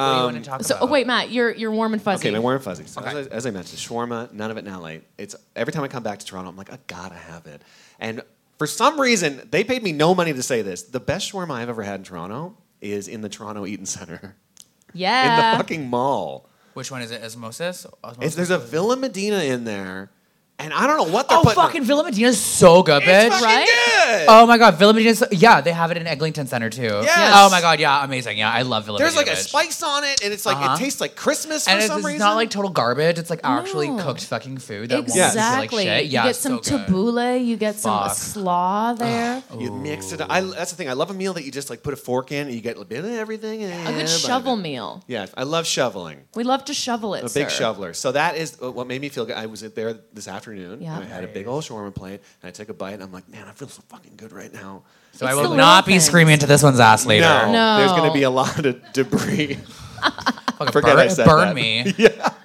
Speaker 5: do you
Speaker 2: Um,
Speaker 5: want to talk
Speaker 4: So
Speaker 5: about?
Speaker 4: oh, wait, Matt, you're you're warm and fuzzy.
Speaker 2: Okay, my warm fuzzy. So
Speaker 5: Okay.
Speaker 2: as, I, as I mentioned, shawarma, none of it in LA. It's every time I come back to Toronto, I'm like, I gotta have it. And for some reason, they paid me no money to say this. The best shawarma I've ever had in Toronto is in the Toronto Eaton Center
Speaker 4: yeah.
Speaker 5: Uh.
Speaker 2: in the fucking mall.
Speaker 5: Which one is it? Osmosis?
Speaker 2: It's,
Speaker 5: Osmosis?
Speaker 2: there's a Villa Medina in there, and I don't know what they're
Speaker 5: Oh,
Speaker 2: putting.
Speaker 5: fucking Villa Medina's so good, bitch.
Speaker 2: it's fucking
Speaker 4: right?
Speaker 2: good. good.
Speaker 5: Oh my god, Villa Medina. Yeah, they have it in Eglinton Center too.
Speaker 2: Yes.
Speaker 5: Oh my god, yeah, amazing. Yeah, I love Villa
Speaker 2: There's like
Speaker 5: Medina
Speaker 2: a
Speaker 5: Village.
Speaker 2: spice on it, and it's like
Speaker 5: Uh-huh.
Speaker 2: it tastes like Christmas for
Speaker 5: And it's,
Speaker 2: some
Speaker 5: it's
Speaker 2: reason.
Speaker 5: not like total garbage. It's like actually
Speaker 4: No.
Speaker 5: cooked fucking food that won't taste
Speaker 4: Exactly.
Speaker 5: like shit. Yeah,
Speaker 4: you get
Speaker 5: it's
Speaker 4: some
Speaker 5: so good.
Speaker 4: tabbouleh, you get some
Speaker 5: Fuck. oh,
Speaker 4: slaw there.
Speaker 2: you mix it. up. I, that's the thing. I love a meal that you just like put a fork in and you get a bit of everything.
Speaker 4: A good shovel meal.
Speaker 2: Yeah, I love shoveling.
Speaker 4: We love to shovel it.
Speaker 2: I'm a big
Speaker 4: sir.
Speaker 2: shoveler. So that is uh, what made me feel good. I was there this afternoon.
Speaker 4: Yeah.
Speaker 2: And I had a big old shawarma plate, and I took a bite, and I'm like, man, I feel so fucking good right now.
Speaker 5: So I
Speaker 4: It's the
Speaker 5: will
Speaker 4: little
Speaker 5: not be
Speaker 4: things.
Speaker 5: screaming into this one's ass later.
Speaker 2: No,
Speaker 4: No.
Speaker 2: there's going to be a lot of debris.
Speaker 5: Fucking
Speaker 2: Forget
Speaker 5: burn,
Speaker 2: I said
Speaker 5: burn
Speaker 2: that.
Speaker 5: me.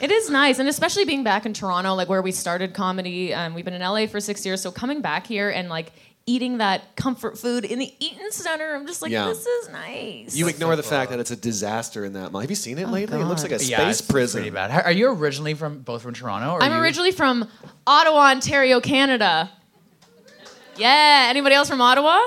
Speaker 4: It is nice, and especially being back in Toronto, like where we started comedy. Um, we've been in LA for six years, so coming back here and like eating that comfort food in the Eaton Center, I'm just like,
Speaker 2: Yeah.
Speaker 4: this is nice.
Speaker 2: You ignore
Speaker 5: so
Speaker 2: the fact that it's a disaster in that mall. Have you seen it lately? It looks
Speaker 4: Oh, God.
Speaker 2: like a
Speaker 5: Yeah,
Speaker 2: space
Speaker 5: it's
Speaker 2: prison.
Speaker 5: Pretty bad. Are- Are you originally from both from Toronto? Or
Speaker 4: I'm
Speaker 5: you-
Speaker 4: originally from Ottawa, Ontario, Canada. Yeah. Anybody else from Ottawa? All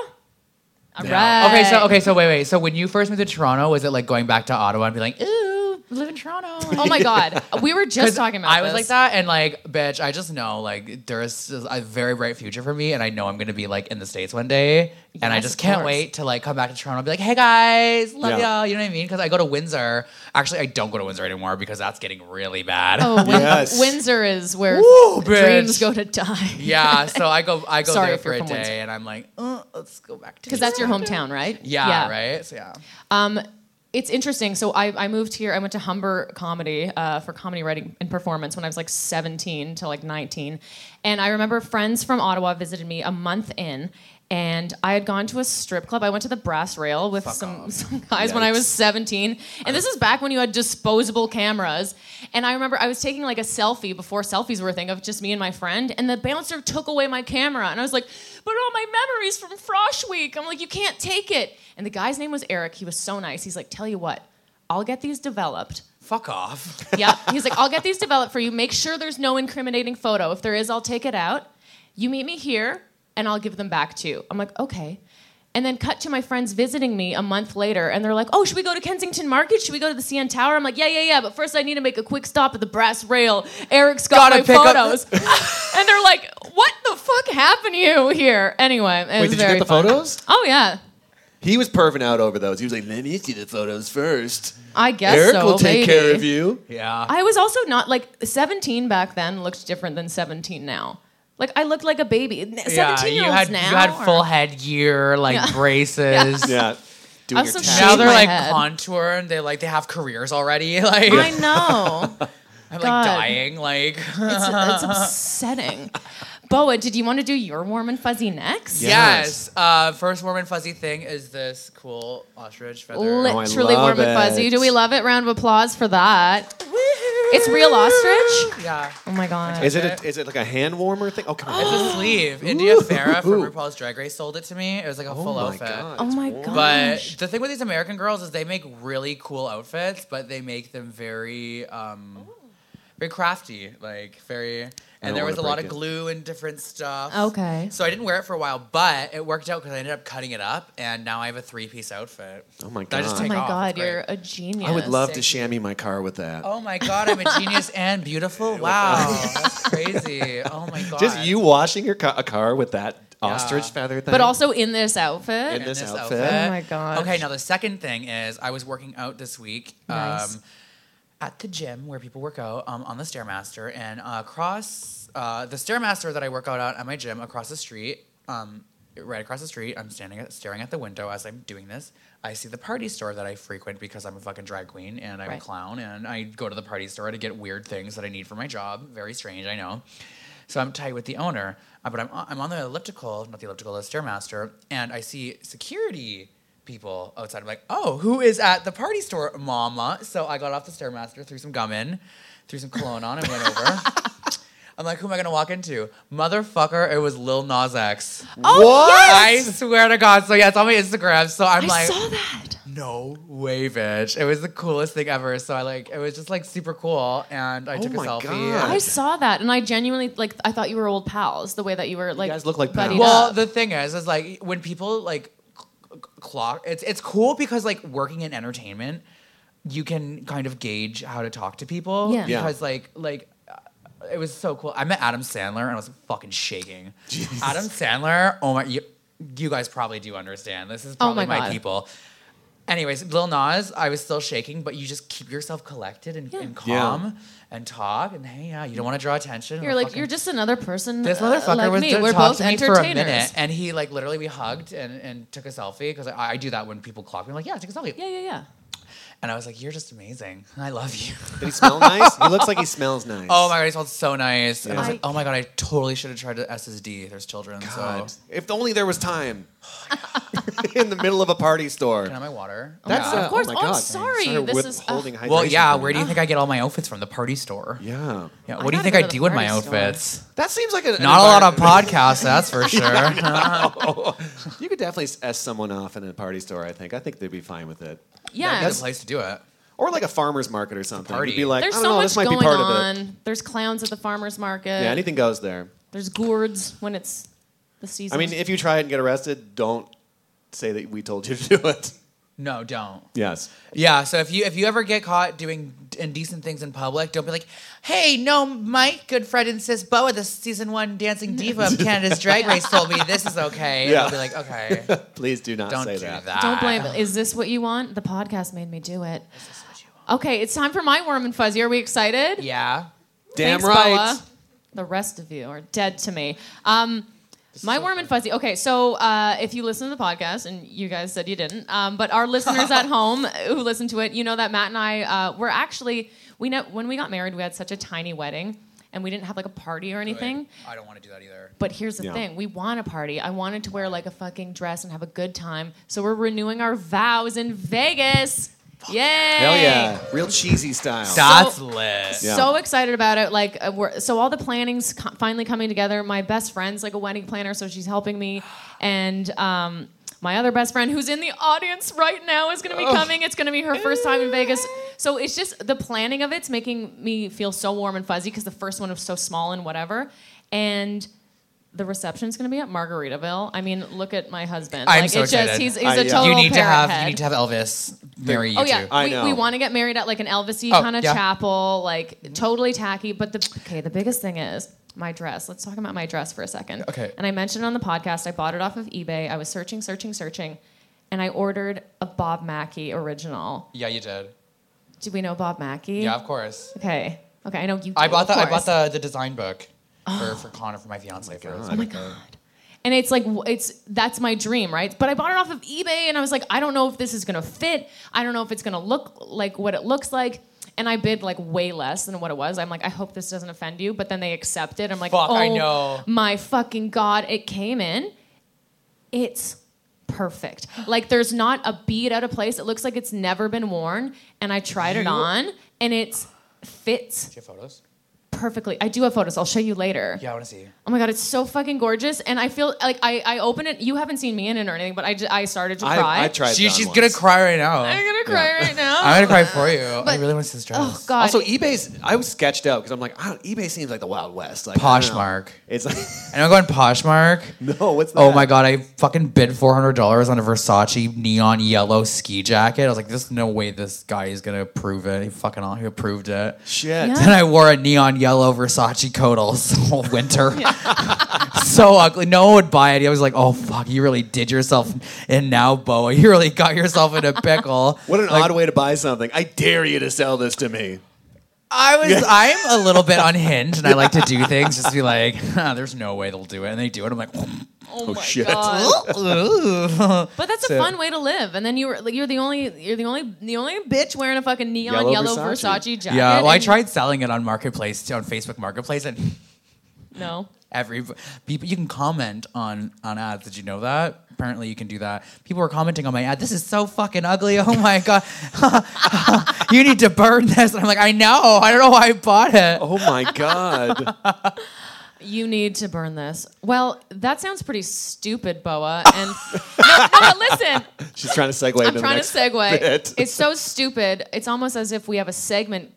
Speaker 4: right.
Speaker 5: Oh, Okay,
Speaker 4: Uh,
Speaker 5: so okay, so wait, wait. So when you first moved to Toronto, was it like going back to Ottawa and be like, ooh, live in Toronto?
Speaker 4: Oh my God, we were just
Speaker 5: 'Cause
Speaker 4: talking about.
Speaker 5: I was
Speaker 4: this.
Speaker 5: like that, and like, bitch, I just know like there's a very bright future for me, and I know I'm gonna be like in the states one day, and I
Speaker 4: Yes,
Speaker 5: just
Speaker 4: of
Speaker 5: can't
Speaker 4: course.
Speaker 5: wait to like come back to Toronto and be like, hey guys, love
Speaker 2: Yeah.
Speaker 5: y'all. You know what I mean? Because I go to Windsor. Actually, I don't go to Windsor anymore because that's getting really bad.
Speaker 4: Oh, Win-
Speaker 2: Yes.
Speaker 4: Windsor is where
Speaker 5: Woo,
Speaker 4: dreams
Speaker 5: bitch.
Speaker 4: go to die.
Speaker 5: Yeah, so I go I go
Speaker 4: Sorry
Speaker 5: there
Speaker 4: if
Speaker 5: for
Speaker 4: you're
Speaker 5: a
Speaker 4: from Windsor.
Speaker 5: day, and I'm like, uh, let's go back to
Speaker 4: Because that's your hometown, right?
Speaker 5: Yeah, right. So, yeah.
Speaker 4: Um, it's interesting. So I, I moved here. I went to Humber Comedy uh, for comedy writing and performance when I was like 17 to like 19, and I remember friends from Ottawa visited me a month in, and I had gone to a strip club. I went to the Brass Rail with some, some guys when I was
Speaker 2: Yikes.
Speaker 4: 17, and this is back when you had disposable cameras. And I remember I was taking like a selfie before selfies were a thing of just me and my friend, and the bouncer took away my camera, and I was like, "But all my memories from Frosh Week." I'm like, "You can't take it." And the guy's name was Eric. He was so nice. He's like, "Tell you what, I'll get these developed."
Speaker 5: Fuck off.
Speaker 4: Yeah, he's like, "I'll get these developed for you. Make sure there's no incriminating photo. If there is, I'll take it out. You meet me here, and I'll give them back to you." I'm like, "Okay." And then cut to my friends visiting me a month later, and they're like, "Oh, should we go to Kensington Market? Should we go to the CN Tower?" I'm like, "Yeah, yeah, yeah, but first I need to make a quick stop at the Brass Rail. Eric's got
Speaker 5: Gotta
Speaker 4: my
Speaker 5: pick up-
Speaker 4: photos." and they're like, "What the fuck happened to you here?" Anyway, it
Speaker 2: Wait,
Speaker 4: was
Speaker 2: did you
Speaker 4: very
Speaker 2: get the
Speaker 4: fun.
Speaker 2: photos?
Speaker 4: Oh yeah,
Speaker 2: He was perving out over those. He was like, "Let me see the photos first.
Speaker 4: I guess
Speaker 2: Eric
Speaker 4: so.
Speaker 2: will take care
Speaker 4: maybe.
Speaker 2: of you."
Speaker 5: Yeah.
Speaker 4: I was also not like 17 back then looked different than 17 now. Like I looked like a baby. 17 year
Speaker 5: you
Speaker 4: olds
Speaker 5: had
Speaker 4: now.
Speaker 5: you had full
Speaker 4: are-
Speaker 5: headgear, like
Speaker 4: Yeah.
Speaker 5: braces.
Speaker 2: Yeah, doing
Speaker 4: I'm
Speaker 2: your
Speaker 4: so
Speaker 2: task.
Speaker 4: Shave
Speaker 5: Now they're
Speaker 4: my
Speaker 5: like
Speaker 4: head.
Speaker 5: contour and they like they have careers already. Like
Speaker 4: I know.
Speaker 5: I'm like
Speaker 4: God.
Speaker 5: dying. Like
Speaker 4: it's, it's upsetting. Boa, did you want to do your warm and fuzzy next?
Speaker 2: Yeah.
Speaker 5: yes. Uh, first warm and fuzzy thing is this cool ostrich feather.
Speaker 2: Oh, I
Speaker 4: Literally
Speaker 2: love
Speaker 4: warm and fuzzy.
Speaker 2: it.
Speaker 4: Do we love it? Round of applause for that. It's real ostrich.
Speaker 5: yeah.
Speaker 4: Oh my god.
Speaker 2: Is it a, is it like a hand warmer thing? Oh, come on.
Speaker 5: It's a sleeve. India Farah from
Speaker 2: Ooh.
Speaker 5: RuPaul's Drag Race sold it to me. It was like a
Speaker 2: Oh
Speaker 5: full
Speaker 2: my
Speaker 5: outfit.
Speaker 2: god.
Speaker 4: oh
Speaker 2: it's
Speaker 4: my
Speaker 2: warm.
Speaker 4: god.
Speaker 5: But the thing with these American girls is they make really cool outfits, but they make them very, um, very crafty, like very. And there
Speaker 2: wanna
Speaker 5: was a lot
Speaker 2: break
Speaker 5: of
Speaker 2: it.
Speaker 5: glue and different stuff.
Speaker 4: Okay.
Speaker 5: So I didn't wear it for a while, but it worked out because I ended up cutting it up, and now I have a three-piece outfit.
Speaker 2: Oh my
Speaker 5: That I just
Speaker 2: God.
Speaker 4: oh
Speaker 5: take
Speaker 4: my
Speaker 5: off.
Speaker 4: god,
Speaker 5: It's great.
Speaker 4: you're a genius.
Speaker 2: I would love to
Speaker 5: sick.
Speaker 2: chamois my car with that.
Speaker 5: Oh my god, I'm a genius and beautiful. Wow, that's crazy. Oh my god.
Speaker 2: Just you washing your ca- a car with that ostrich feather thing.
Speaker 4: But also in this outfit.
Speaker 2: In this outfit.
Speaker 4: Oh my gosh.
Speaker 5: Okay, now the second thing is I was working out this week.
Speaker 4: Nice.
Speaker 5: Um, at the gym where people work out um, on the stairmaster and uh, across uh, the stairmaster that I work out at at my gym across the street, um, right across the street, I'm standing at, staring at the window as I'm doing this. I see the party store that I frequent because I'm a fucking drag queen and I'm
Speaker 4: Right.
Speaker 5: a clown and I go to the party store to get weird things that I need for my job. Very strange, I know. So I'm tight with the owner, uh, but I'm on- I'm on the elliptical, not the elliptical, the stairmaster, and I see security people outside. I'm like, oh, who is at the party store, mama? So I got off the stairmaster, threw some gum in, threw some cologne on, and went over. I'm like, who am I gonna walk into? Motherfucker, it was Lil Nas X.
Speaker 4: Oh,
Speaker 2: What?
Speaker 5: I swear to God. So yeah, it's on my Instagram. So I'm
Speaker 4: I
Speaker 5: like,
Speaker 4: saw that.
Speaker 5: no way, bitch. It was the coolest thing ever. So I like, it was just like super cool, and I
Speaker 2: Oh
Speaker 5: took a
Speaker 2: my
Speaker 5: selfie.
Speaker 2: God.
Speaker 4: I saw that, and I genuinely like. I thought you were old pals. The way that you were like,
Speaker 2: guys look like
Speaker 4: buddied
Speaker 2: pals.
Speaker 5: Well,
Speaker 4: up.
Speaker 5: the thing is, is like when people like c- c- clock, it's it's cool because like working in entertainment, you can kind of gauge how to talk to people
Speaker 4: Yeah.
Speaker 2: Yeah.
Speaker 5: because like like. uh, It was so cool. I met Adam Sandler and I was fucking shaking. Adam Sandler, oh my, you, you guys probably do understand. This is
Speaker 4: Oh
Speaker 5: probably
Speaker 4: my
Speaker 5: my,
Speaker 4: God.
Speaker 5: people. Anyways, Lil Nas, I was still shaking, but you just keep yourself collected and,
Speaker 4: Yeah.
Speaker 5: and
Speaker 2: Yeah.
Speaker 5: calm and talk and hang out. You don't want to draw attention.
Speaker 4: You're
Speaker 5: Or
Speaker 4: like
Speaker 5: fucking-
Speaker 4: you're just another person.
Speaker 5: this
Speaker 4: uh,
Speaker 5: motherfucker
Speaker 4: like
Speaker 5: was
Speaker 4: me.
Speaker 5: to
Speaker 4: We're
Speaker 5: talk
Speaker 4: both
Speaker 5: to me for a minute,
Speaker 4: entertainers.
Speaker 5: and he like literally we hugged and, and took a selfie because I, I do that when people clock me. I'm like, yeah, take a selfie.
Speaker 4: Yeah, yeah, yeah.
Speaker 5: And I was like, you're just amazing. I love you.
Speaker 2: Did he smell nice? He looks like he smells nice.
Speaker 5: Oh my god, he smelled so nice. And I was
Speaker 4: Yeah.
Speaker 5: like, oh my god, I totally should have tried to SSD. There's children.
Speaker 2: God.
Speaker 5: So
Speaker 2: If only there was time. In the middle of a party store.
Speaker 5: can I have my water? Oh
Speaker 2: That's
Speaker 5: my
Speaker 2: uh,
Speaker 5: God.
Speaker 4: Of course.
Speaker 2: Oh,
Speaker 4: Oh,
Speaker 2: my
Speaker 4: I'm
Speaker 2: God.
Speaker 4: sorry.
Speaker 2: Sorry,
Speaker 4: This is-
Speaker 2: withholding hydration
Speaker 5: well, yeah.
Speaker 2: from
Speaker 5: Where do you think I get all my outfits from? The party store. Yeah.
Speaker 2: Yeah.
Speaker 5: what
Speaker 4: gotta
Speaker 5: do you think
Speaker 4: go
Speaker 5: I
Speaker 4: to the
Speaker 5: do with my
Speaker 4: party store.
Speaker 5: outfits?
Speaker 2: That seems like a, an
Speaker 5: Not a lot of
Speaker 2: environment-
Speaker 5: podcasts, that's for sure.
Speaker 2: You could definitely s someone off in a party store. I think. I think they'd be fine with it.
Speaker 4: Yeah.
Speaker 5: That's the place to do it.
Speaker 2: Or like a farmer's market or something.
Speaker 5: party.
Speaker 2: You'd be like,
Speaker 4: There's
Speaker 2: I don't
Speaker 4: so
Speaker 2: know,
Speaker 4: much
Speaker 2: this might
Speaker 4: going
Speaker 2: be part
Speaker 4: on.
Speaker 2: of it.
Speaker 4: There's clowns at the farmers market.
Speaker 2: Yeah, anything goes there.
Speaker 4: There's gourds when it's
Speaker 2: I
Speaker 4: the season.
Speaker 2: mean, if you try it and get arrested, don't say that we told you to do it.
Speaker 5: No, don't.
Speaker 2: Yes.
Speaker 5: Yeah, so if you if you ever get caught doing d- indecent things in public, don't be like, "Hey, no, my good friend and sis Boa, the season one dancing diva of Canada's Drag Race, told me this is okay." And
Speaker 2: Yeah.
Speaker 5: I'll be like, "Okay,
Speaker 2: Please do not
Speaker 5: don't
Speaker 2: say
Speaker 5: do
Speaker 2: that.
Speaker 5: that.
Speaker 4: don't blame.
Speaker 2: Ah.
Speaker 4: Is this what you want? The podcast made me do it. Okay, it's time for my worm and fuzzy. Are we excited?
Speaker 5: Yeah,
Speaker 2: Damn
Speaker 4: Thanks,
Speaker 2: right.
Speaker 4: Boa. The rest of you are dead to me. Um, my worm and fuzzy. Okay, so uh, if you listen to the podcast, and you guys said you didn't, um, but our listeners at home who listen to it, you know that Matt and I uh, were actually we know when we got married, we had such a tiny wedding, and we didn't have like a party or anything.
Speaker 5: I don't want to do that either.
Speaker 4: But here's the
Speaker 2: Yeah.
Speaker 4: thing: we want a party. I wanted to wear like a fucking dress and have a good time. So we're renewing our vows in Vegas. Yay!
Speaker 2: Hell yeah. Real cheesy style.
Speaker 5: That's lit.
Speaker 2: Yeah.
Speaker 4: So excited about it. Like, uh, we're, so all the planning's co- finally coming together. My best friend's like a wedding planner, so she's helping me. And um, my other best friend, who's in the audience right now, is going to be
Speaker 5: Oh.
Speaker 4: coming. It's going to be her first time in Vegas. So it's just the planning of it's making me feel so warm and fuzzy because the first one was so small and whatever. And the reception's going to be at Margaritaville. I mean, look at my husband.
Speaker 5: I'm
Speaker 4: like,
Speaker 5: so
Speaker 4: it's just
Speaker 5: excited.
Speaker 4: he's, he's
Speaker 2: I-
Speaker 4: a
Speaker 2: yeah.
Speaker 4: total
Speaker 5: You need to
Speaker 4: parrot
Speaker 5: have
Speaker 4: head.
Speaker 5: you need to have Elvis marry you
Speaker 4: Oh yeah,
Speaker 5: two.
Speaker 2: I
Speaker 4: we,
Speaker 2: know.
Speaker 4: we want to get married at like an Elvisy
Speaker 5: Oh,
Speaker 4: kind of
Speaker 5: yeah.
Speaker 4: chapel, like totally tacky. But the okay, the biggest thing is my dress. Let's talk about my dress for a second.
Speaker 5: Okay.
Speaker 4: And I mentioned on the podcast, I bought it off of eBay. I was searching, searching, searching, and I ordered a Bob Mackie original.
Speaker 5: Yeah, you did.
Speaker 4: Do we know Bob Mackie?
Speaker 5: Yeah, of course.
Speaker 4: Okay. Okay, I know you.
Speaker 5: I
Speaker 4: do,
Speaker 5: bought the
Speaker 4: of
Speaker 5: I bought
Speaker 4: course.
Speaker 5: the the design book for for Connor for my fiance. for his
Speaker 4: Oh my god. And it's like w- it's that's my dream, right? But I bought it off of eBay and I was like, I don't know if this is gonna fit. I don't know if it's gonna look like what it looks like. And I bid like way less than what it was. I'm like, I hope this doesn't offend you. But then they accept it. I'm like,
Speaker 5: Fuck,
Speaker 4: oh
Speaker 5: I know.
Speaker 4: my fucking god! It came in. It's perfect. Like there's not a bead out of place. It looks like it's never been worn. And I tried it
Speaker 5: You-
Speaker 4: on, and it fits
Speaker 5: Do you have photos?
Speaker 4: perfectly. I do have photos. I'll show you later.
Speaker 5: Yeah, I want to see.
Speaker 4: Oh my god, it's so fucking gorgeous, and I feel like I, I open it. You haven't seen me in it or anything, but I, ju- I started to cry.
Speaker 2: I, I tried
Speaker 5: She,
Speaker 2: that
Speaker 5: she's
Speaker 2: once.
Speaker 5: gonna cry right now.
Speaker 4: I'm gonna cry right now.
Speaker 5: I'm gonna cry for you. I
Speaker 4: But-
Speaker 5: really want to see this dress.
Speaker 4: oh god.
Speaker 2: Also, eBay's. I was sketched out because I'm like, I don't, eBay seems like the Wild West. Like I don't know.
Speaker 5: Poshmark.
Speaker 2: It's like,
Speaker 5: And I'm going Poshmark.
Speaker 2: no, what's that?
Speaker 5: Oh my god, I fucking bid four hundred dollars on a Versace neon yellow ski jacket. I was like, "There's no way this guy is gonna approve it." He fucking he approved it.
Speaker 2: Shit.
Speaker 4: Yeah.
Speaker 5: Then I wore a neon yellow Versace coat all all winter. so ugly. No one would buy it. I was like, "Oh fuck, you really did yourself." And now, Boa, you really got yourself in a pickle.
Speaker 2: What an
Speaker 5: Like,
Speaker 2: odd way to buy something. I dare you to sell this to me.
Speaker 5: I was I'm a little bit unhinged and I like to do things just be like, "Huh, there's no way they'll do it. And they do it. I'm like,
Speaker 4: oh, my
Speaker 2: shit.
Speaker 4: god.
Speaker 5: ooh.
Speaker 4: But that's a
Speaker 5: So-
Speaker 4: fun way to live. And then you were like, you're the only you're the only the only bitch wearing a fucking neon
Speaker 2: Yellow
Speaker 4: yellow,
Speaker 2: Versace.
Speaker 4: Versace. jacket.
Speaker 5: Yeah, well, I
Speaker 4: and-
Speaker 5: tried selling it on Marketplace, on Facebook Marketplace, and
Speaker 4: No.
Speaker 5: every people you can comment on on ads. Did you know that? Apparently, you can do that. People were commenting on my ad. This is so fucking ugly. Oh my god, you need to burn this. And I'm like, I know. I don't know why I bought it.
Speaker 2: Oh my god.
Speaker 4: You need to burn this. Well, that sounds pretty stupid, Boa. And no, no, but listen,
Speaker 2: she's trying to segue.
Speaker 4: I'm
Speaker 2: into
Speaker 4: trying to
Speaker 2: the next
Speaker 4: segue.
Speaker 2: bit.
Speaker 4: It's so stupid. It's almost as if we have a segment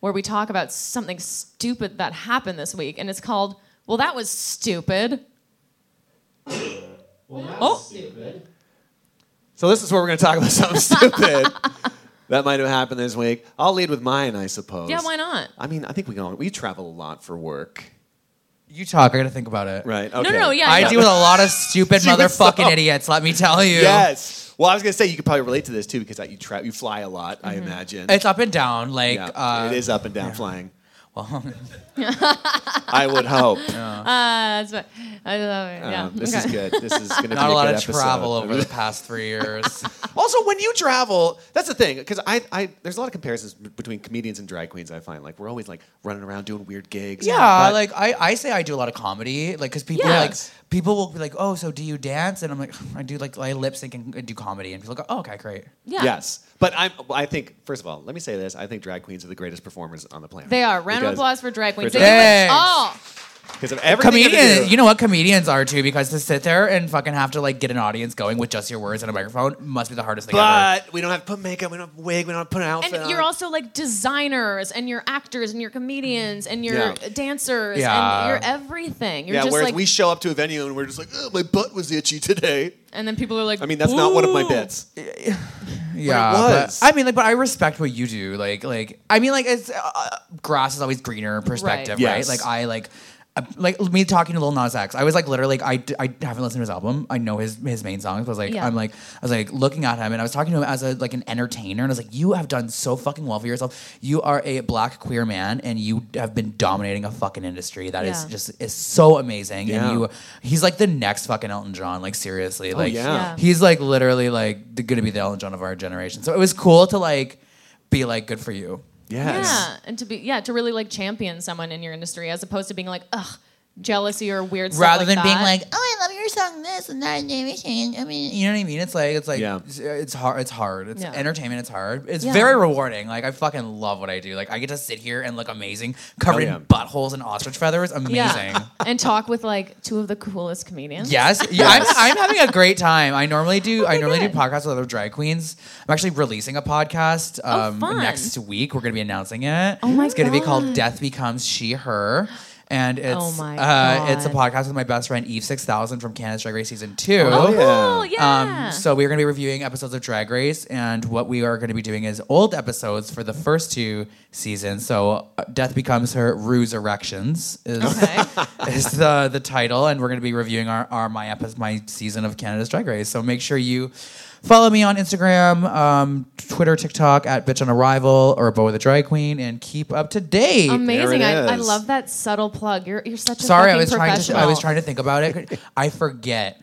Speaker 4: where we talk about something stupid that happened this week, and it's called "Well, that was stupid." oh,
Speaker 2: So this is where we're going to talk about something stupid. That might have happened this week. I'll lead with mine, I suppose.
Speaker 4: Yeah, why not?
Speaker 2: I mean, I think we can all, we travel a lot for work,
Speaker 5: You talk. I gotta think about it.
Speaker 2: right?
Speaker 4: No, no, no, yeah.
Speaker 5: I
Speaker 4: no.
Speaker 5: deal with a lot of stupid
Speaker 2: She was
Speaker 5: motherfucking
Speaker 2: so-
Speaker 5: idiots. Let me tell you.
Speaker 2: Yes. Well, I was gonna say you could probably relate to this too because like, you tra- you fly a lot, I
Speaker 4: Mm-hmm.
Speaker 2: imagine.
Speaker 5: It's up and down. Like,
Speaker 2: yeah,
Speaker 5: uh,
Speaker 2: it is up and down flying.
Speaker 5: well,
Speaker 2: I would hope.
Speaker 4: Uh, that's what, I love it. Yeah.
Speaker 2: Um, this
Speaker 4: Okay.
Speaker 2: is good. This is gonna be
Speaker 5: not a lot
Speaker 2: good
Speaker 5: of
Speaker 2: episode.
Speaker 5: travel over the past three years.
Speaker 2: Also, when you travel, that's the thing, because I, I, there's a lot of comparisons b- between comedians and drag queens. I find like we're always like running around doing weird gigs.
Speaker 5: Yeah,
Speaker 2: but-
Speaker 5: like I, I say I do a lot of comedy, like because people
Speaker 2: Yes.
Speaker 5: like people will be like, oh, so do you dance? And I'm like, I do like I lip sync and, and do comedy, and people go, oh, okay, great.
Speaker 4: Yeah.
Speaker 2: yes, but I'm, well, I think first of all, let me say this: I think drag queens are the greatest performers on the planet.
Speaker 4: They are. Round of
Speaker 2: Because-
Speaker 4: applause for drag queens.
Speaker 2: for
Speaker 4: They do it
Speaker 5: drag-
Speaker 4: all.
Speaker 2: Because of everything they
Speaker 5: Comedians,
Speaker 2: do.
Speaker 5: you know what comedians are too, because to sit there and fucking have to like get an audience going with just your words and a microphone must be the hardest thing ever.
Speaker 2: But we don't have to put makeup. We don't have to wig. We don't have to put an outfit.
Speaker 4: And
Speaker 2: on.
Speaker 4: you're also like designers and you're actors and you're comedians and you're
Speaker 2: Yeah.
Speaker 4: dancers
Speaker 5: Yeah.
Speaker 4: and you're everything. You're
Speaker 2: yeah.
Speaker 4: just
Speaker 2: Whereas
Speaker 4: like,
Speaker 2: we show up to a venue and we're just like, oh, my butt was itchy today.
Speaker 4: and then people are like,
Speaker 2: I mean, that's not one of my
Speaker 4: "Ooh."
Speaker 2: bits.
Speaker 5: Yeah,
Speaker 2: was.
Speaker 5: but- I mean, like, but I respect what you do. Like, like I mean, like it's uh, grass is always greener perspective,
Speaker 2: Right.
Speaker 5: right?
Speaker 2: Yes.
Speaker 5: Like I like. uh, Like me talking to Lil Nas X, I was like literally like I, d- I haven't listened to his album. I know his his main songs, but I was like
Speaker 4: Yeah.
Speaker 5: I'm like I was like looking at him and I was talking to him as a like an entertainer and I was like you have done so fucking well for yourself. You are a black queer man and you have been dominating a fucking industry that is
Speaker 4: Yeah.
Speaker 5: just is so amazing.
Speaker 2: Yeah.
Speaker 5: And you he's like the next fucking Elton John. Like seriously, like
Speaker 2: yeah. Yeah.
Speaker 5: he's like literally like the- gonna be the Elton John of our generation. So it was cool to like be like good for you.
Speaker 2: Yes.
Speaker 4: Yeah, and to be yeah to really like champion someone in your industry as opposed to being like ugh jealousy or weird stuff
Speaker 5: Rather than
Speaker 4: like
Speaker 5: being
Speaker 4: that.
Speaker 5: like, oh, I love your song this and that, and I mean, you know what I mean? It's like, it's like,
Speaker 2: Yeah.
Speaker 5: it's, it's hard. It's hard. It's
Speaker 4: Yeah.
Speaker 5: entertainment. It's hard. It's
Speaker 4: Yeah.
Speaker 5: very rewarding. Like, I fucking love what I do. Like, I get to sit here and look amazing, covered
Speaker 2: yeah.
Speaker 5: in buttholes and ostrich feathers. Amazing.
Speaker 4: yeah, and talk with like two of the coolest comedians.
Speaker 5: Yes, yeah, I'm, I'm having a great time. I normally do. I
Speaker 4: my
Speaker 5: normally
Speaker 4: God.
Speaker 5: do podcasts with other drag queens. I'm actually releasing a podcast um,
Speaker 4: Oh, fun.
Speaker 5: next week. We're gonna be announcing it. Oh
Speaker 4: my
Speaker 5: It's gonna be
Speaker 4: God. Oh
Speaker 5: called Death Becomes She Her. And it's
Speaker 4: my
Speaker 5: uh, it's a
Speaker 4: God.
Speaker 5: podcast with my best friend Eve Six Thousand from Canada's Drag Race season two.
Speaker 2: Oh, yeah.
Speaker 4: cool, yeah.
Speaker 5: Um, so we're going to be reviewing episodes of Drag Race, and what we are going to be doing is old episodes for the first two seasons. So uh, Death Becomes Her, Ruse Erections is,
Speaker 4: Okay.
Speaker 5: is the, the title, and we're going to be reviewing our, our my episode, my season of Canada's Drag Race. So make sure you follow me on Instagram, um, Twitter, TikTok at Bitch on Arrival or Bo with a Drag Queen, and keep up to date.
Speaker 4: Amazing!
Speaker 2: There it
Speaker 4: I, I
Speaker 2: is.
Speaker 4: love that subtle plug. You're you're such a
Speaker 5: Sorry, I
Speaker 4: fucking
Speaker 5: was trying to
Speaker 4: professional.
Speaker 5: I was trying to think about it. I forget.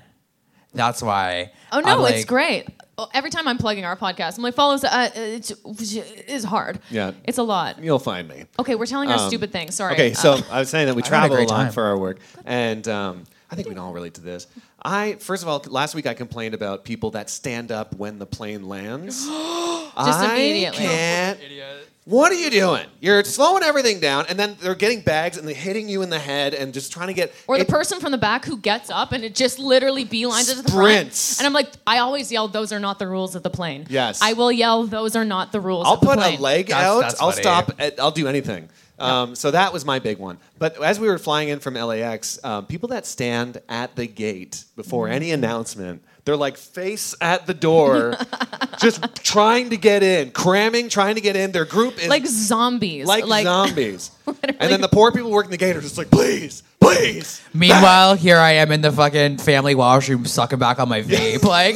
Speaker 5: That's why.
Speaker 4: Oh no,
Speaker 5: I'm
Speaker 4: it's
Speaker 5: like-
Speaker 4: great. Oh, Every time I'm plugging our podcast, I'm like, follow us. Uh, it's it's hard.
Speaker 2: Yeah.
Speaker 4: it's a lot.
Speaker 2: You'll find me.
Speaker 4: Okay, we're telling our
Speaker 2: Um,
Speaker 4: stupid things. Sorry.
Speaker 2: Okay,
Speaker 4: Uh,
Speaker 2: so I was saying that we
Speaker 5: I've had a
Speaker 2: travel a,
Speaker 5: great
Speaker 2: lot
Speaker 5: time.
Speaker 2: for our work, and um, I think we can all relate to this. I first of all, last week I complained about people that stand up when the plane lands. Just I
Speaker 4: immediately.
Speaker 2: Can't. What are you doing? You're slowing everything down, and then they're getting bags and they're hitting you in the head and just trying to get.
Speaker 4: Or the
Speaker 2: it-
Speaker 4: person from the back who gets up and it just literally beelines it to the front.
Speaker 2: Sprints.
Speaker 4: And I'm like, I always yell, those are not the rules of the plane.
Speaker 2: Yes.
Speaker 4: I will yell, those are not the rules
Speaker 2: I'll
Speaker 4: of the
Speaker 2: put
Speaker 4: plane.
Speaker 2: a leg
Speaker 5: That's-
Speaker 2: out.
Speaker 5: that's
Speaker 2: I'll
Speaker 5: funny.
Speaker 2: stop. At, I'll do anything. Um, So that was my big one. But as we were flying in from LAX, um, people that stand at the gate
Speaker 4: Mm.
Speaker 2: before any announcement, they're like face at the door, just trying to get in, cramming, trying to get in. Their group is
Speaker 4: Like
Speaker 2: like,
Speaker 4: zombies.
Speaker 2: zombies. and then the poor people working the gate are just like, please, please.
Speaker 5: Meanwhile, here I am in the fucking family washroom sucking back on my vape. Like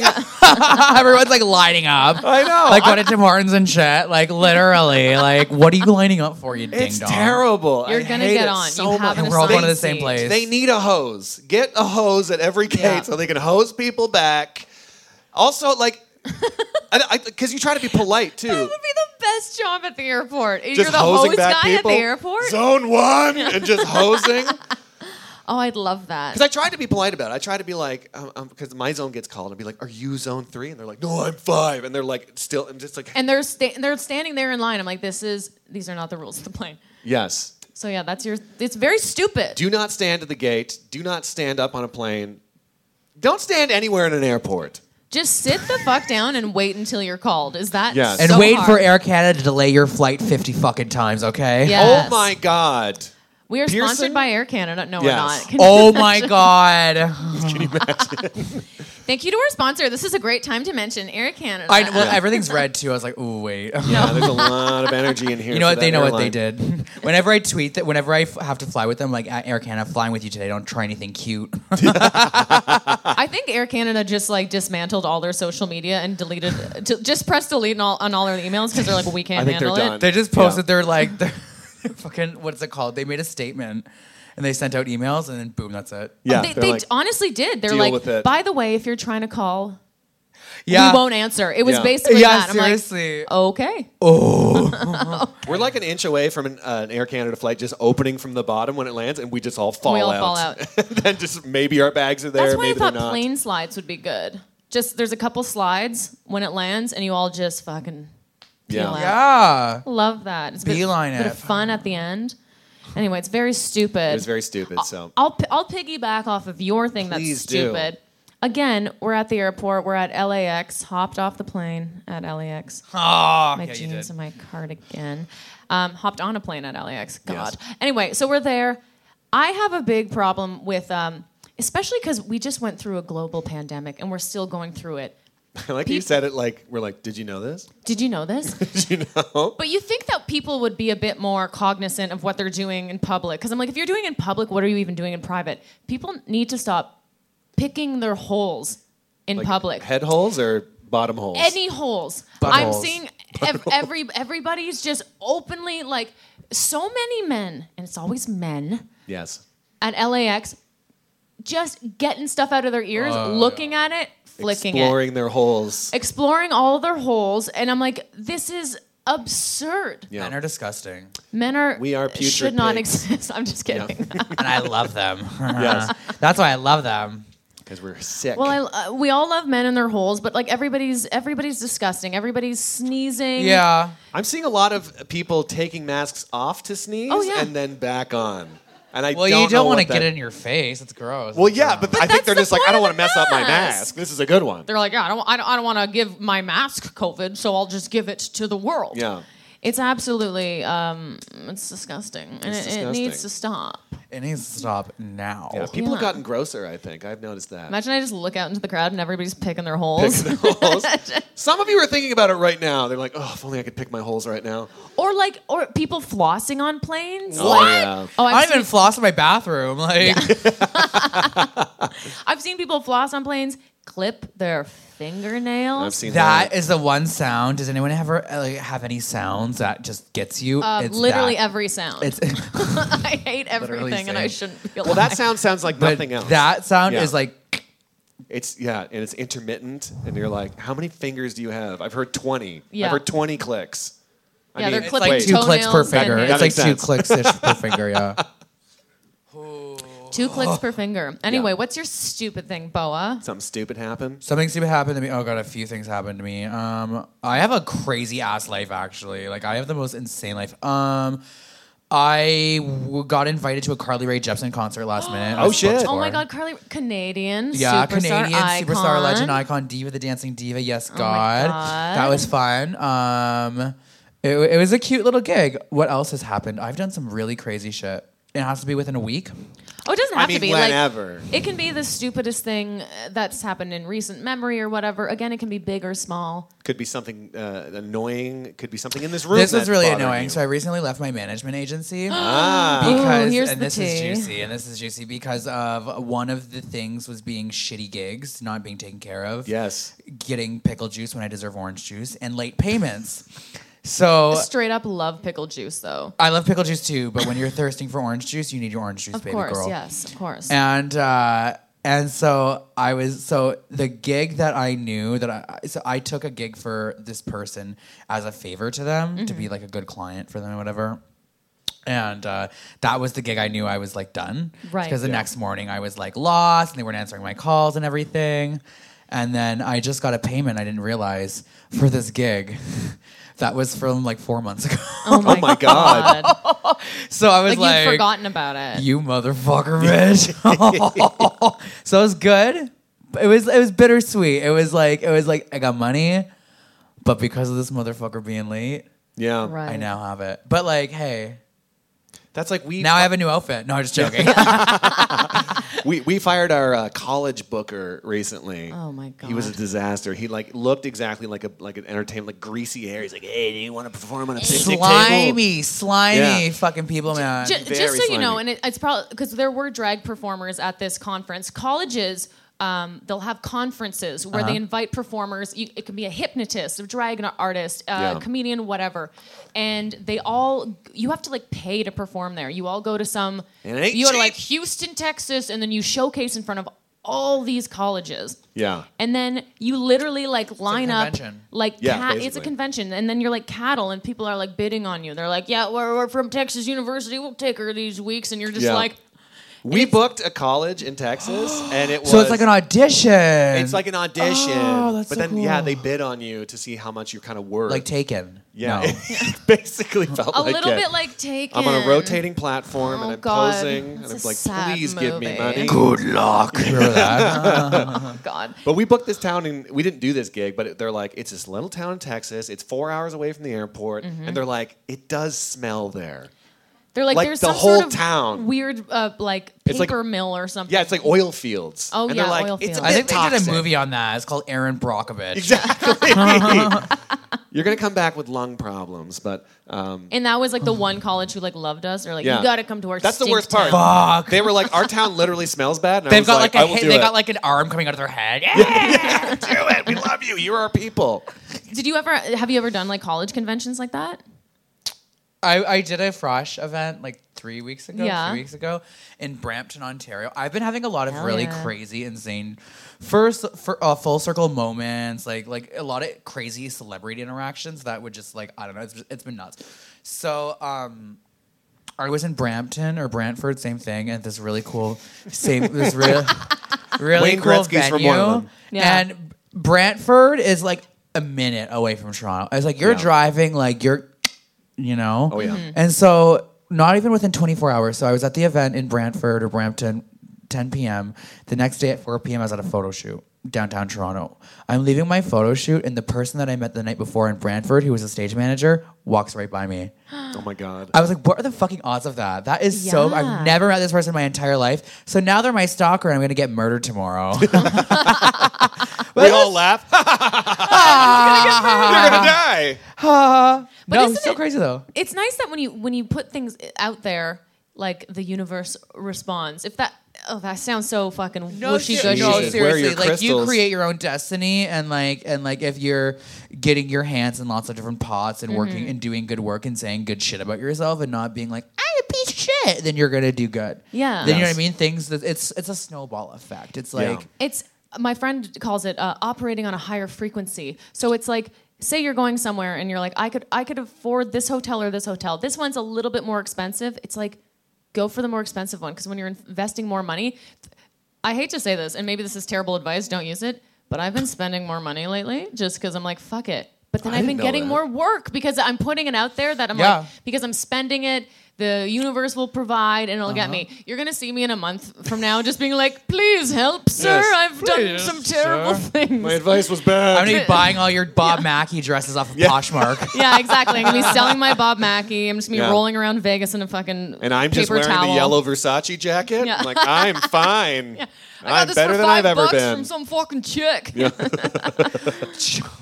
Speaker 5: everyone's like lining up.
Speaker 2: I know.
Speaker 5: Like what at Tim Hortons and shit. Like literally. Like what are you lining up for, you ding
Speaker 2: It's
Speaker 5: dong?
Speaker 2: terrible.
Speaker 4: You're
Speaker 2: I
Speaker 4: gonna
Speaker 2: hate
Speaker 4: get
Speaker 2: it
Speaker 4: on. You
Speaker 2: so
Speaker 4: have
Speaker 2: much.
Speaker 4: an
Speaker 5: We're all going to the
Speaker 4: assigned
Speaker 5: same
Speaker 4: seat.
Speaker 5: place.
Speaker 2: They need a hose. Get a hose at every gate
Speaker 4: Yeah.
Speaker 2: so they can hose people back. Also, like, because you try to be polite too.
Speaker 4: That would be the best job at the airport. You're
Speaker 2: Just
Speaker 4: the
Speaker 2: hosing
Speaker 4: hose
Speaker 2: back
Speaker 4: guy
Speaker 2: people.
Speaker 4: at the airport.
Speaker 2: Zone one and just hosing. Because
Speaker 4: oh, I'd love that.
Speaker 2: I tried to be polite about it. I tried to be like, because um, 'cause my zone gets called and be like, "Are you zone three? And they're like, "No, I'm five. And they're like, still, I'm just like,
Speaker 4: and they're sta- they're standing there in line. I'm like, this is these are not the rules of the plane.
Speaker 2: yes.
Speaker 4: So yeah, that's your. It's very stupid.
Speaker 2: Do not stand at the gate. Do not stand up on a plane. Don't stand anywhere in an airport.
Speaker 4: Just sit the fuck down and wait until you're called. Is that
Speaker 2: Yes.
Speaker 5: and
Speaker 4: so
Speaker 5: wait
Speaker 4: hard?
Speaker 5: for Air Canada to delay your flight 50 fucking times, okay?
Speaker 4: Yeah. Yes.
Speaker 2: Oh my god.
Speaker 4: We are
Speaker 2: Pearson?
Speaker 4: sponsored by Air Canada. No,
Speaker 2: Yes.
Speaker 4: we're not.
Speaker 5: Oh my god!
Speaker 4: Thank you to our sponsor. This is a great time to mention Air Canada.
Speaker 5: I, well, everything's red too. I was like, ooh, wait.
Speaker 2: Yeah, there's a lot of energy in here.
Speaker 5: You know
Speaker 2: for
Speaker 5: what? They
Speaker 2: that
Speaker 5: know what they
Speaker 2: airline.
Speaker 5: did. whenever I tweet that, whenever I f- have to fly with them, like at Air Canada, flying with you today, don't try anything cute.
Speaker 4: I think Air Canada just like dismantled all their social media and deleted, ju- just pressed delete on all, on all their emails because they're like, we can't
Speaker 2: I think they're
Speaker 4: handle
Speaker 2: done.
Speaker 4: it.
Speaker 5: they just posted their like, their, their fucking what's it called? They made a statement, and they sent out emails, and then boom, that's it.
Speaker 2: Yeah,
Speaker 4: they
Speaker 2: they're
Speaker 4: they
Speaker 2: like,
Speaker 4: d- honestly did. They're
Speaker 2: deal
Speaker 4: like,
Speaker 2: with it.
Speaker 4: by the way, if you're trying to call,
Speaker 5: Yeah.
Speaker 4: we won't answer. It was
Speaker 2: Yeah.
Speaker 4: basically
Speaker 5: Yeah,
Speaker 4: that.
Speaker 5: seriously.
Speaker 4: I'm "Oh, like, okay.
Speaker 2: we're like an inch away from an, uh, an Air Canada flight just opening from the bottom when it lands, and we just all fall
Speaker 4: We all
Speaker 2: out.
Speaker 4: fall out.
Speaker 2: then just maybe our bags are there,
Speaker 4: That's why I
Speaker 2: maybe they're
Speaker 4: thought
Speaker 2: not.
Speaker 4: plane slides would be good. Just there's a couple slides when it lands, and you all just fucking peel
Speaker 2: Yeah.
Speaker 4: out.
Speaker 5: Yeah.
Speaker 4: Love that. It's a bit-
Speaker 5: Beeline
Speaker 4: bit
Speaker 5: it.
Speaker 4: of fun at the end. Anyway, it's very stupid.
Speaker 2: It was very stupid.
Speaker 4: Uh,
Speaker 2: So
Speaker 4: I'll pi- I'll piggyback off of your thing that's
Speaker 2: Please do.
Speaker 4: stupid. Again, we're at the airport. We're at LAX. Hopped off the plane at LAX.
Speaker 5: Oh,
Speaker 4: My
Speaker 5: yeah, you did.
Speaker 4: jeans and my cardigan. Um, hopped on a plane at LAX. God.
Speaker 2: Yes.
Speaker 4: Anyway, so we're there. I have a big problem with, um, especially because we just went through a global pandemic and we're still going through it. uh,
Speaker 2: I like you said it like we're like, did you know this?
Speaker 4: Did you know this?
Speaker 2: Did you know?
Speaker 4: But you think that people would be a bit more cognizant of what they're doing in public. Because I'm like, if you're doing in public, what are you even doing in private? People need to stop picking their holes in
Speaker 2: Like,
Speaker 4: public. Eh.
Speaker 2: head holes or bottom holes.
Speaker 4: Any holes.
Speaker 5: Butt
Speaker 4: I'm
Speaker 5: holes.
Speaker 4: seeing ev- every everybody's just openly like so many men, and it's always men
Speaker 2: yes.
Speaker 4: at LAX, just getting stuff out of their ears, looking at it, flicking it
Speaker 2: Oh, Exploring their holes.
Speaker 4: exploring all their holes and i'm like this is absurd
Speaker 2: Yeah.
Speaker 5: Men are disgusting,
Speaker 4: men are
Speaker 2: We are putrid
Speaker 4: should not
Speaker 2: pigs.
Speaker 4: exist i'm just kidding
Speaker 5: and I love them.
Speaker 2: Yes.
Speaker 5: that's why I love them.
Speaker 2: Because we're sick.
Speaker 4: well I, uh, we all love men and their holes but like everybody's everybody's disgusting everybody's sneezing
Speaker 5: Yeah.
Speaker 2: I'm seeing a lot of people taking masks off to sneeze
Speaker 4: Oh, yeah.
Speaker 2: and then back on. And I
Speaker 5: Well,
Speaker 2: don't
Speaker 5: you don't
Speaker 2: want to
Speaker 5: get it in your face. It's gross.
Speaker 2: Well, yeah, but I think
Speaker 4: that's
Speaker 2: they're
Speaker 4: the
Speaker 2: just like, I
Speaker 4: point
Speaker 2: don't
Speaker 4: of
Speaker 2: want to
Speaker 4: the
Speaker 2: mess up my
Speaker 4: mask.
Speaker 2: mask. This is a good one.
Speaker 4: they're like yeah i don't i don't, I don't want to give my mask covid so i'll just give it to the world
Speaker 2: Yeah.
Speaker 4: it's absolutely um it's disgusting and
Speaker 2: It's
Speaker 4: it, it needs
Speaker 2: disgusting.
Speaker 4: to stop
Speaker 5: it needs to stop now.
Speaker 2: Yeah, people have
Speaker 4: Yeah.
Speaker 2: gotten grosser, I think. I've noticed that.
Speaker 4: imagine i just look out into the crowd and everybody's picking their holes
Speaker 2: Holes. Some of you are thinking about it right now. They're like, oh, if only I could pick my holes right now.
Speaker 4: or like or people flossing on planes
Speaker 2: Oh,
Speaker 4: Like-
Speaker 2: yeah.
Speaker 4: oh
Speaker 5: I
Speaker 4: I've
Speaker 5: don't even
Speaker 4: seen
Speaker 5: floss in my bathroom. Like,
Speaker 4: I've seen people floss on planes, clip their fingernails.
Speaker 2: I've seen that.
Speaker 5: that is the one sound. Does anyone ever uh, like, have any sounds that just gets you?
Speaker 4: Uh, literally
Speaker 5: that.
Speaker 4: every sound.
Speaker 5: It's
Speaker 4: I hate everything, and I
Speaker 5: same.
Speaker 4: shouldn't feel
Speaker 2: Well, that sound sounds like
Speaker 5: but
Speaker 2: nothing else.
Speaker 5: That sound
Speaker 2: Yeah.
Speaker 5: is like
Speaker 2: It's yeah, and it's intermittent, and you're like, how many fingers do you have? I've heard twenty.
Speaker 4: Yeah.
Speaker 2: I've heard twenty clicks.
Speaker 4: Yeah, they're
Speaker 2: mean,
Speaker 5: it's like
Speaker 4: Wait.
Speaker 5: two clicks per
Speaker 4: Toenails and
Speaker 5: finger.
Speaker 4: nails.
Speaker 5: It's
Speaker 2: That
Speaker 5: like
Speaker 2: makes sense.
Speaker 5: two clicks ish per finger. Yeah.
Speaker 4: Two clicks per finger. Anyway,
Speaker 2: Yeah.
Speaker 4: what's your stupid thing, Boa?
Speaker 2: Something stupid happened.
Speaker 5: Something stupid happened to me. Oh god, a few things happened to me. Um, I have a crazy ass life actually. Like I have the most insane life. Um, I w- got invited to a Carly Rae Jepsen concert last minute. I
Speaker 2: Oh,
Speaker 5: was booked
Speaker 2: shit.
Speaker 4: Oh my
Speaker 5: for.
Speaker 4: God, Carly, Canadian,
Speaker 5: Yeah,
Speaker 4: superstar
Speaker 5: Canadian
Speaker 4: icon. Oh
Speaker 5: superstar legend icon diva, the dancing diva. Yes, God,
Speaker 4: God.
Speaker 5: that was fun. Um, it, it was a cute little gig. What else has happened? I've done some really crazy shit. It has to be within a week.
Speaker 4: Oh, it doesn't
Speaker 2: I
Speaker 4: have
Speaker 2: mean,
Speaker 4: to be
Speaker 2: whenever.
Speaker 4: Like, it can be the stupidest thing uh, that's happened in recent memory or whatever. Again, it can be big or small.
Speaker 2: Could be something uh, annoying. Could be something in this room.
Speaker 5: this was
Speaker 2: that's
Speaker 5: really
Speaker 2: bothering
Speaker 5: annoying.
Speaker 2: you.
Speaker 5: So I recently left my management agency.
Speaker 2: ah,
Speaker 5: because
Speaker 4: Oh, here's
Speaker 5: and
Speaker 4: the
Speaker 5: this is
Speaker 4: tea.
Speaker 5: juicy and this is juicy because of one of the things was being shitty gigs not being taken care of
Speaker 2: yes.
Speaker 5: getting pickle juice when i deserve orange juice and late payments so
Speaker 4: Straight up love pickle juice, though.
Speaker 5: i love pickle juice too but when you're thirsting for orange juice you need your orange juice
Speaker 4: Of
Speaker 5: baby
Speaker 4: course,
Speaker 5: girl
Speaker 4: yes, of course.
Speaker 5: and uh and so I was so the gig that I knew that I so I took a gig for this person as a favor to them to be like a good client for them or whatever. And uh, that was the gig I knew I was like done.
Speaker 4: Right.
Speaker 5: Because the next morning I was like lost and they weren't answering my calls and everything. And then I just got a payment I didn't realize for this gig that was from like four months ago.
Speaker 2: Oh my god.
Speaker 5: so I
Speaker 4: like,
Speaker 5: was like,
Speaker 4: you've forgotten about it.
Speaker 5: you motherfucker, bitch. so it was good. It was it was bittersweet. It was like it was like I got money, but because of this motherfucker being late,
Speaker 2: yeah.
Speaker 4: Right.
Speaker 5: I now have it. But like, hey,
Speaker 2: That's like we
Speaker 5: Now I have a new outfit. No, I'm just joking.
Speaker 2: we, we fired our uh, college booker recently.
Speaker 4: Oh, my
Speaker 2: He was a
Speaker 4: God.
Speaker 2: disaster. He like looked exactly like a like an entertainment like greasy hair. He's like, hey, do you want to perform on a picnic table?
Speaker 5: slimy, slimy
Speaker 2: Yeah.
Speaker 5: fucking people, man.
Speaker 4: Ju-
Speaker 2: Very
Speaker 4: just so you know,
Speaker 2: slimy.
Speaker 4: and it, it's probably because there were drag performers at this conference. Colleges, um, they'll have conferences where
Speaker 2: Uh-huh.
Speaker 4: they invite performers. You, it can be a hypnotist, a drag artist, a
Speaker 2: Yeah.
Speaker 4: comedian, whatever. And they all, you have to like pay to perform there. You all go to some,
Speaker 2: And it ain't
Speaker 4: you go to
Speaker 2: cheap.
Speaker 4: like Houston, Texas, and then you showcase in front of all these colleges.
Speaker 2: Yeah.
Speaker 4: And then you literally like line up
Speaker 5: convention.
Speaker 4: like
Speaker 2: Yeah,
Speaker 4: cat, it's a
Speaker 2: basically.
Speaker 4: convention, and then you're like cattle, and people are like bidding on you. They're like, "Yeah, we're, we're from Texas University. We'll take her these weeks," and you're just
Speaker 2: Yeah.
Speaker 4: like,
Speaker 2: We booked a college in Texas, and it was
Speaker 5: so it's like an audition.
Speaker 2: it's like an audition.
Speaker 5: Oh, that's
Speaker 2: but
Speaker 5: so
Speaker 2: then yeah,
Speaker 5: cool.
Speaker 2: they bid on you to see how much you're kind of worth.
Speaker 5: like taken.
Speaker 2: yeah,
Speaker 5: No.
Speaker 2: it basically felt
Speaker 4: a
Speaker 2: like
Speaker 4: little
Speaker 2: it.
Speaker 4: bit like taken.
Speaker 2: I'm on a rotating platform
Speaker 4: Oh,
Speaker 2: and I'm
Speaker 4: God.
Speaker 2: posing
Speaker 4: That's
Speaker 2: and I'm
Speaker 4: a
Speaker 2: like,
Speaker 4: sad
Speaker 2: please give me
Speaker 4: movie.
Speaker 2: money.
Speaker 3: Good luck.
Speaker 5: Remember that?
Speaker 4: Oh, God.
Speaker 2: But we booked this town and we didn't do this gig, but it- they're like, it's this little town in Texas. It's four hours away from the airport, and they're like, it does smell there.
Speaker 4: They're like,
Speaker 2: Like
Speaker 4: there's
Speaker 2: the
Speaker 4: some
Speaker 2: whole
Speaker 4: sort of
Speaker 2: town.
Speaker 4: weird uh, like
Speaker 2: It's like-
Speaker 4: paper mill or something.
Speaker 2: Yeah, it's like oil fields.
Speaker 4: Oh,
Speaker 2: and
Speaker 4: yeah,
Speaker 2: they're like,
Speaker 4: oil
Speaker 2: it's
Speaker 4: fields.
Speaker 2: a bit
Speaker 5: I think they
Speaker 2: toxic.
Speaker 5: did a movie on that. It's called Aaron Brockovich.
Speaker 2: Exactly. You're gonna come back with lung problems, but um,
Speaker 4: and that was like the one college who like loved us. They're like,
Speaker 2: yeah,
Speaker 4: you got to come to our.
Speaker 2: That's the
Speaker 4: stink
Speaker 2: worst part.
Speaker 4: town."
Speaker 5: Fuck.
Speaker 2: They were like, our town literally smells bad. And I
Speaker 5: They've
Speaker 2: was
Speaker 5: got like,
Speaker 2: I
Speaker 5: a
Speaker 2: will
Speaker 5: head,
Speaker 2: do
Speaker 5: they
Speaker 2: it.
Speaker 5: got like an arm coming out of their head.
Speaker 2: do it. We love you. You're our people.
Speaker 4: Did you ever have you ever done like college conventions like that?
Speaker 5: I, I did a frosh event like three weeks ago,
Speaker 4: Yeah.
Speaker 5: two weeks ago in Brampton, Ontario. I've been having a lot of
Speaker 4: Hell
Speaker 5: really
Speaker 4: yeah.
Speaker 5: crazy, insane first for uh, full circle moments, like like a lot of crazy celebrity interactions that would just like I don't know, it's, it's been nuts. So um I was in Brampton or Brantford, same thing, at this really cool, same this really, really
Speaker 2: Wayne
Speaker 5: cool
Speaker 2: Gretzky's from
Speaker 5: venue.
Speaker 2: one of them.
Speaker 4: Yeah.
Speaker 5: And Brantford is like a minute away from Toronto. I was like, you're
Speaker 2: Yeah.
Speaker 5: driving, like you're, you know.
Speaker 2: Oh, yeah.
Speaker 4: Mm-hmm.
Speaker 2: Mhm.
Speaker 5: And so, not even within 24 hours. So I was at the event in Brantford or Brampton, 10 p.m. The next day at 4 p.m. I was at a photo shoot downtown Toronto. I'm leaving my photo shoot, and the person that I met the night before in Brantford, who was a stage manager, walks right by me.
Speaker 2: Oh my god.
Speaker 5: I was like, what are the fucking odds of that? That is so.
Speaker 4: Yeah.
Speaker 5: I've never met this person in my entire life. So now they're my stalker, and I'm gonna get murdered tomorrow.
Speaker 2: we all laugh. You're gonna die.
Speaker 5: no,
Speaker 4: isn't
Speaker 5: it's so
Speaker 4: it-
Speaker 5: crazy though.
Speaker 4: it's nice that when you when you put things out there, like the universe responds. If that oh that sounds so fucking wishy
Speaker 5: ser-
Speaker 4: gushy.
Speaker 5: no,
Speaker 2: Jesus, where are
Speaker 5: seriously.
Speaker 2: your
Speaker 5: Like you
Speaker 2: crystals?
Speaker 5: create your own destiny, and like and like if you're getting your hands in lots of different pots and
Speaker 4: Mm-hmm.
Speaker 5: working and doing good work and saying good shit about yourself and not being like I'm a piece of shit, then you're gonna do good.
Speaker 4: Yeah.
Speaker 5: Then you know
Speaker 2: Yes.
Speaker 5: what I mean. Things that it's it's a snowball effect. It's
Speaker 2: Yeah.
Speaker 5: like
Speaker 4: It's my friend calls it uh, operating on a higher frequency. So it's like say you're going somewhere and you're like I could I could afford this hotel or this hotel. This one's a little bit more expensive. It's like go for the more expensive one because when you're investing more money, I hate to say this and maybe this is terrible advice, don't use it, but I've been spending more money lately just cuz I'm like fuck it. But then
Speaker 2: I
Speaker 4: I've
Speaker 2: didn't
Speaker 4: been
Speaker 2: know
Speaker 4: getting
Speaker 2: that.
Speaker 4: more work because I'm putting it out there that I'm
Speaker 5: Yeah.
Speaker 4: like because I'm spending it the universe will provide and it'll get
Speaker 2: Uh-huh.
Speaker 4: me. You're gonna see me in a month from now, just being like, "Please help, sir.
Speaker 2: Yes.
Speaker 4: I've done
Speaker 5: Please,
Speaker 4: some
Speaker 5: sir."
Speaker 4: terrible things."
Speaker 2: My advice was bad.
Speaker 5: I'm gonna be buying all your Bob Mackie dresses off of Poshmark.
Speaker 4: yeah, exactly. I'm gonna be selling my Bob Mackey. I'm just gonna be
Speaker 2: Yeah.
Speaker 4: rolling around Vegas in a fucking
Speaker 2: and I'm just
Speaker 4: paper
Speaker 2: wearing
Speaker 4: towel.
Speaker 2: the yellow Versace jacket.
Speaker 4: Yeah.
Speaker 2: I'm like, I'm fine.
Speaker 4: I got
Speaker 2: I'm
Speaker 4: this
Speaker 2: better
Speaker 4: for
Speaker 2: than
Speaker 4: five
Speaker 2: I've ever
Speaker 4: bucks
Speaker 2: been.
Speaker 4: from some fucking chick.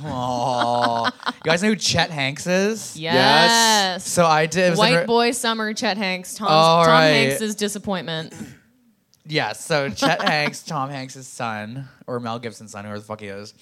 Speaker 5: Aw. you guys know who Chet Hanks is?
Speaker 4: Yes.
Speaker 5: So I did. it was in
Speaker 4: White
Speaker 5: re-
Speaker 4: boy summer, Chet Hanks. Tom's,
Speaker 5: All
Speaker 4: Tom
Speaker 5: right.
Speaker 4: Hanks' disappointment.
Speaker 5: Yeah, so Chet Hanks, Tom Hanks' son, or Mel Gibson's son, whoever the fuck he is.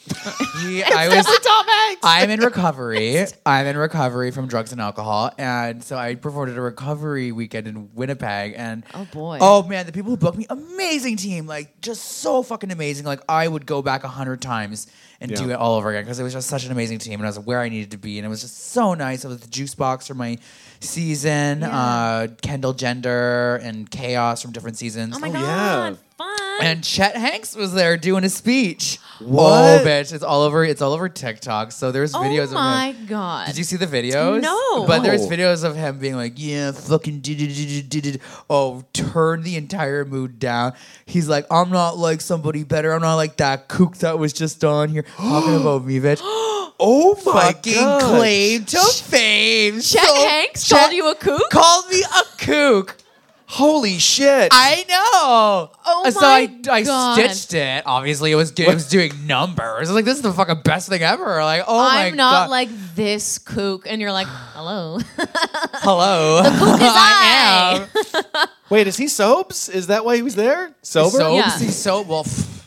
Speaker 5: He, I was
Speaker 4: Tom Hanks.
Speaker 5: I'm in recovery. I'm in recovery from drugs and alcohol, and so I performed at a recovery weekend in Winnipeg. And
Speaker 4: Oh, boy.
Speaker 5: oh man, the people who booked me, amazing team, like just so fucking amazing. Like I would go back a hundred times and do
Speaker 2: Yeah.
Speaker 5: it all over again because it was just such an amazing team, and I was where I needed to be, and it was just so nice. It was the Juice Box for my season,
Speaker 4: Yeah.
Speaker 5: uh, Kendall Gender, and Chaos from different seasons.
Speaker 4: oh my
Speaker 2: yeah.
Speaker 4: god, fun.
Speaker 5: And Chet Hanks was there doing a speech.
Speaker 2: What?
Speaker 5: Oh, bitch! It's all over. It's all over TikTok. So there's
Speaker 4: oh
Speaker 5: videos
Speaker 4: my
Speaker 5: of him.
Speaker 4: god.
Speaker 5: Did you see the videos?
Speaker 4: No.
Speaker 5: But there's
Speaker 2: No.
Speaker 5: videos of him being like, "Yeah, fucking did it, did it, did it. Oh, turn the entire mood down." He's like, "I'm not like somebody better. I'm not like that kook that was just on here talking about me, bitch."
Speaker 2: Oh my
Speaker 5: fucking
Speaker 2: God.
Speaker 5: claim to fame.
Speaker 4: Chet Hanks called you a kook?
Speaker 5: Called me a kook.
Speaker 2: Holy shit.
Speaker 5: I know.
Speaker 4: Oh
Speaker 5: And so
Speaker 4: my
Speaker 5: I,
Speaker 4: God.
Speaker 5: I stitched it. Obviously, it was it was doing numbers. I was like, this is the fucking best thing ever. Like, oh my
Speaker 4: I'm not
Speaker 5: God.
Speaker 4: like this kook, and you're like, hello.
Speaker 5: hello. The kook is I. am.
Speaker 2: Wait, is he Sobes? Is that why he was there? Sober?
Speaker 5: Sober?
Speaker 4: Yeah.
Speaker 5: He's so well. pff,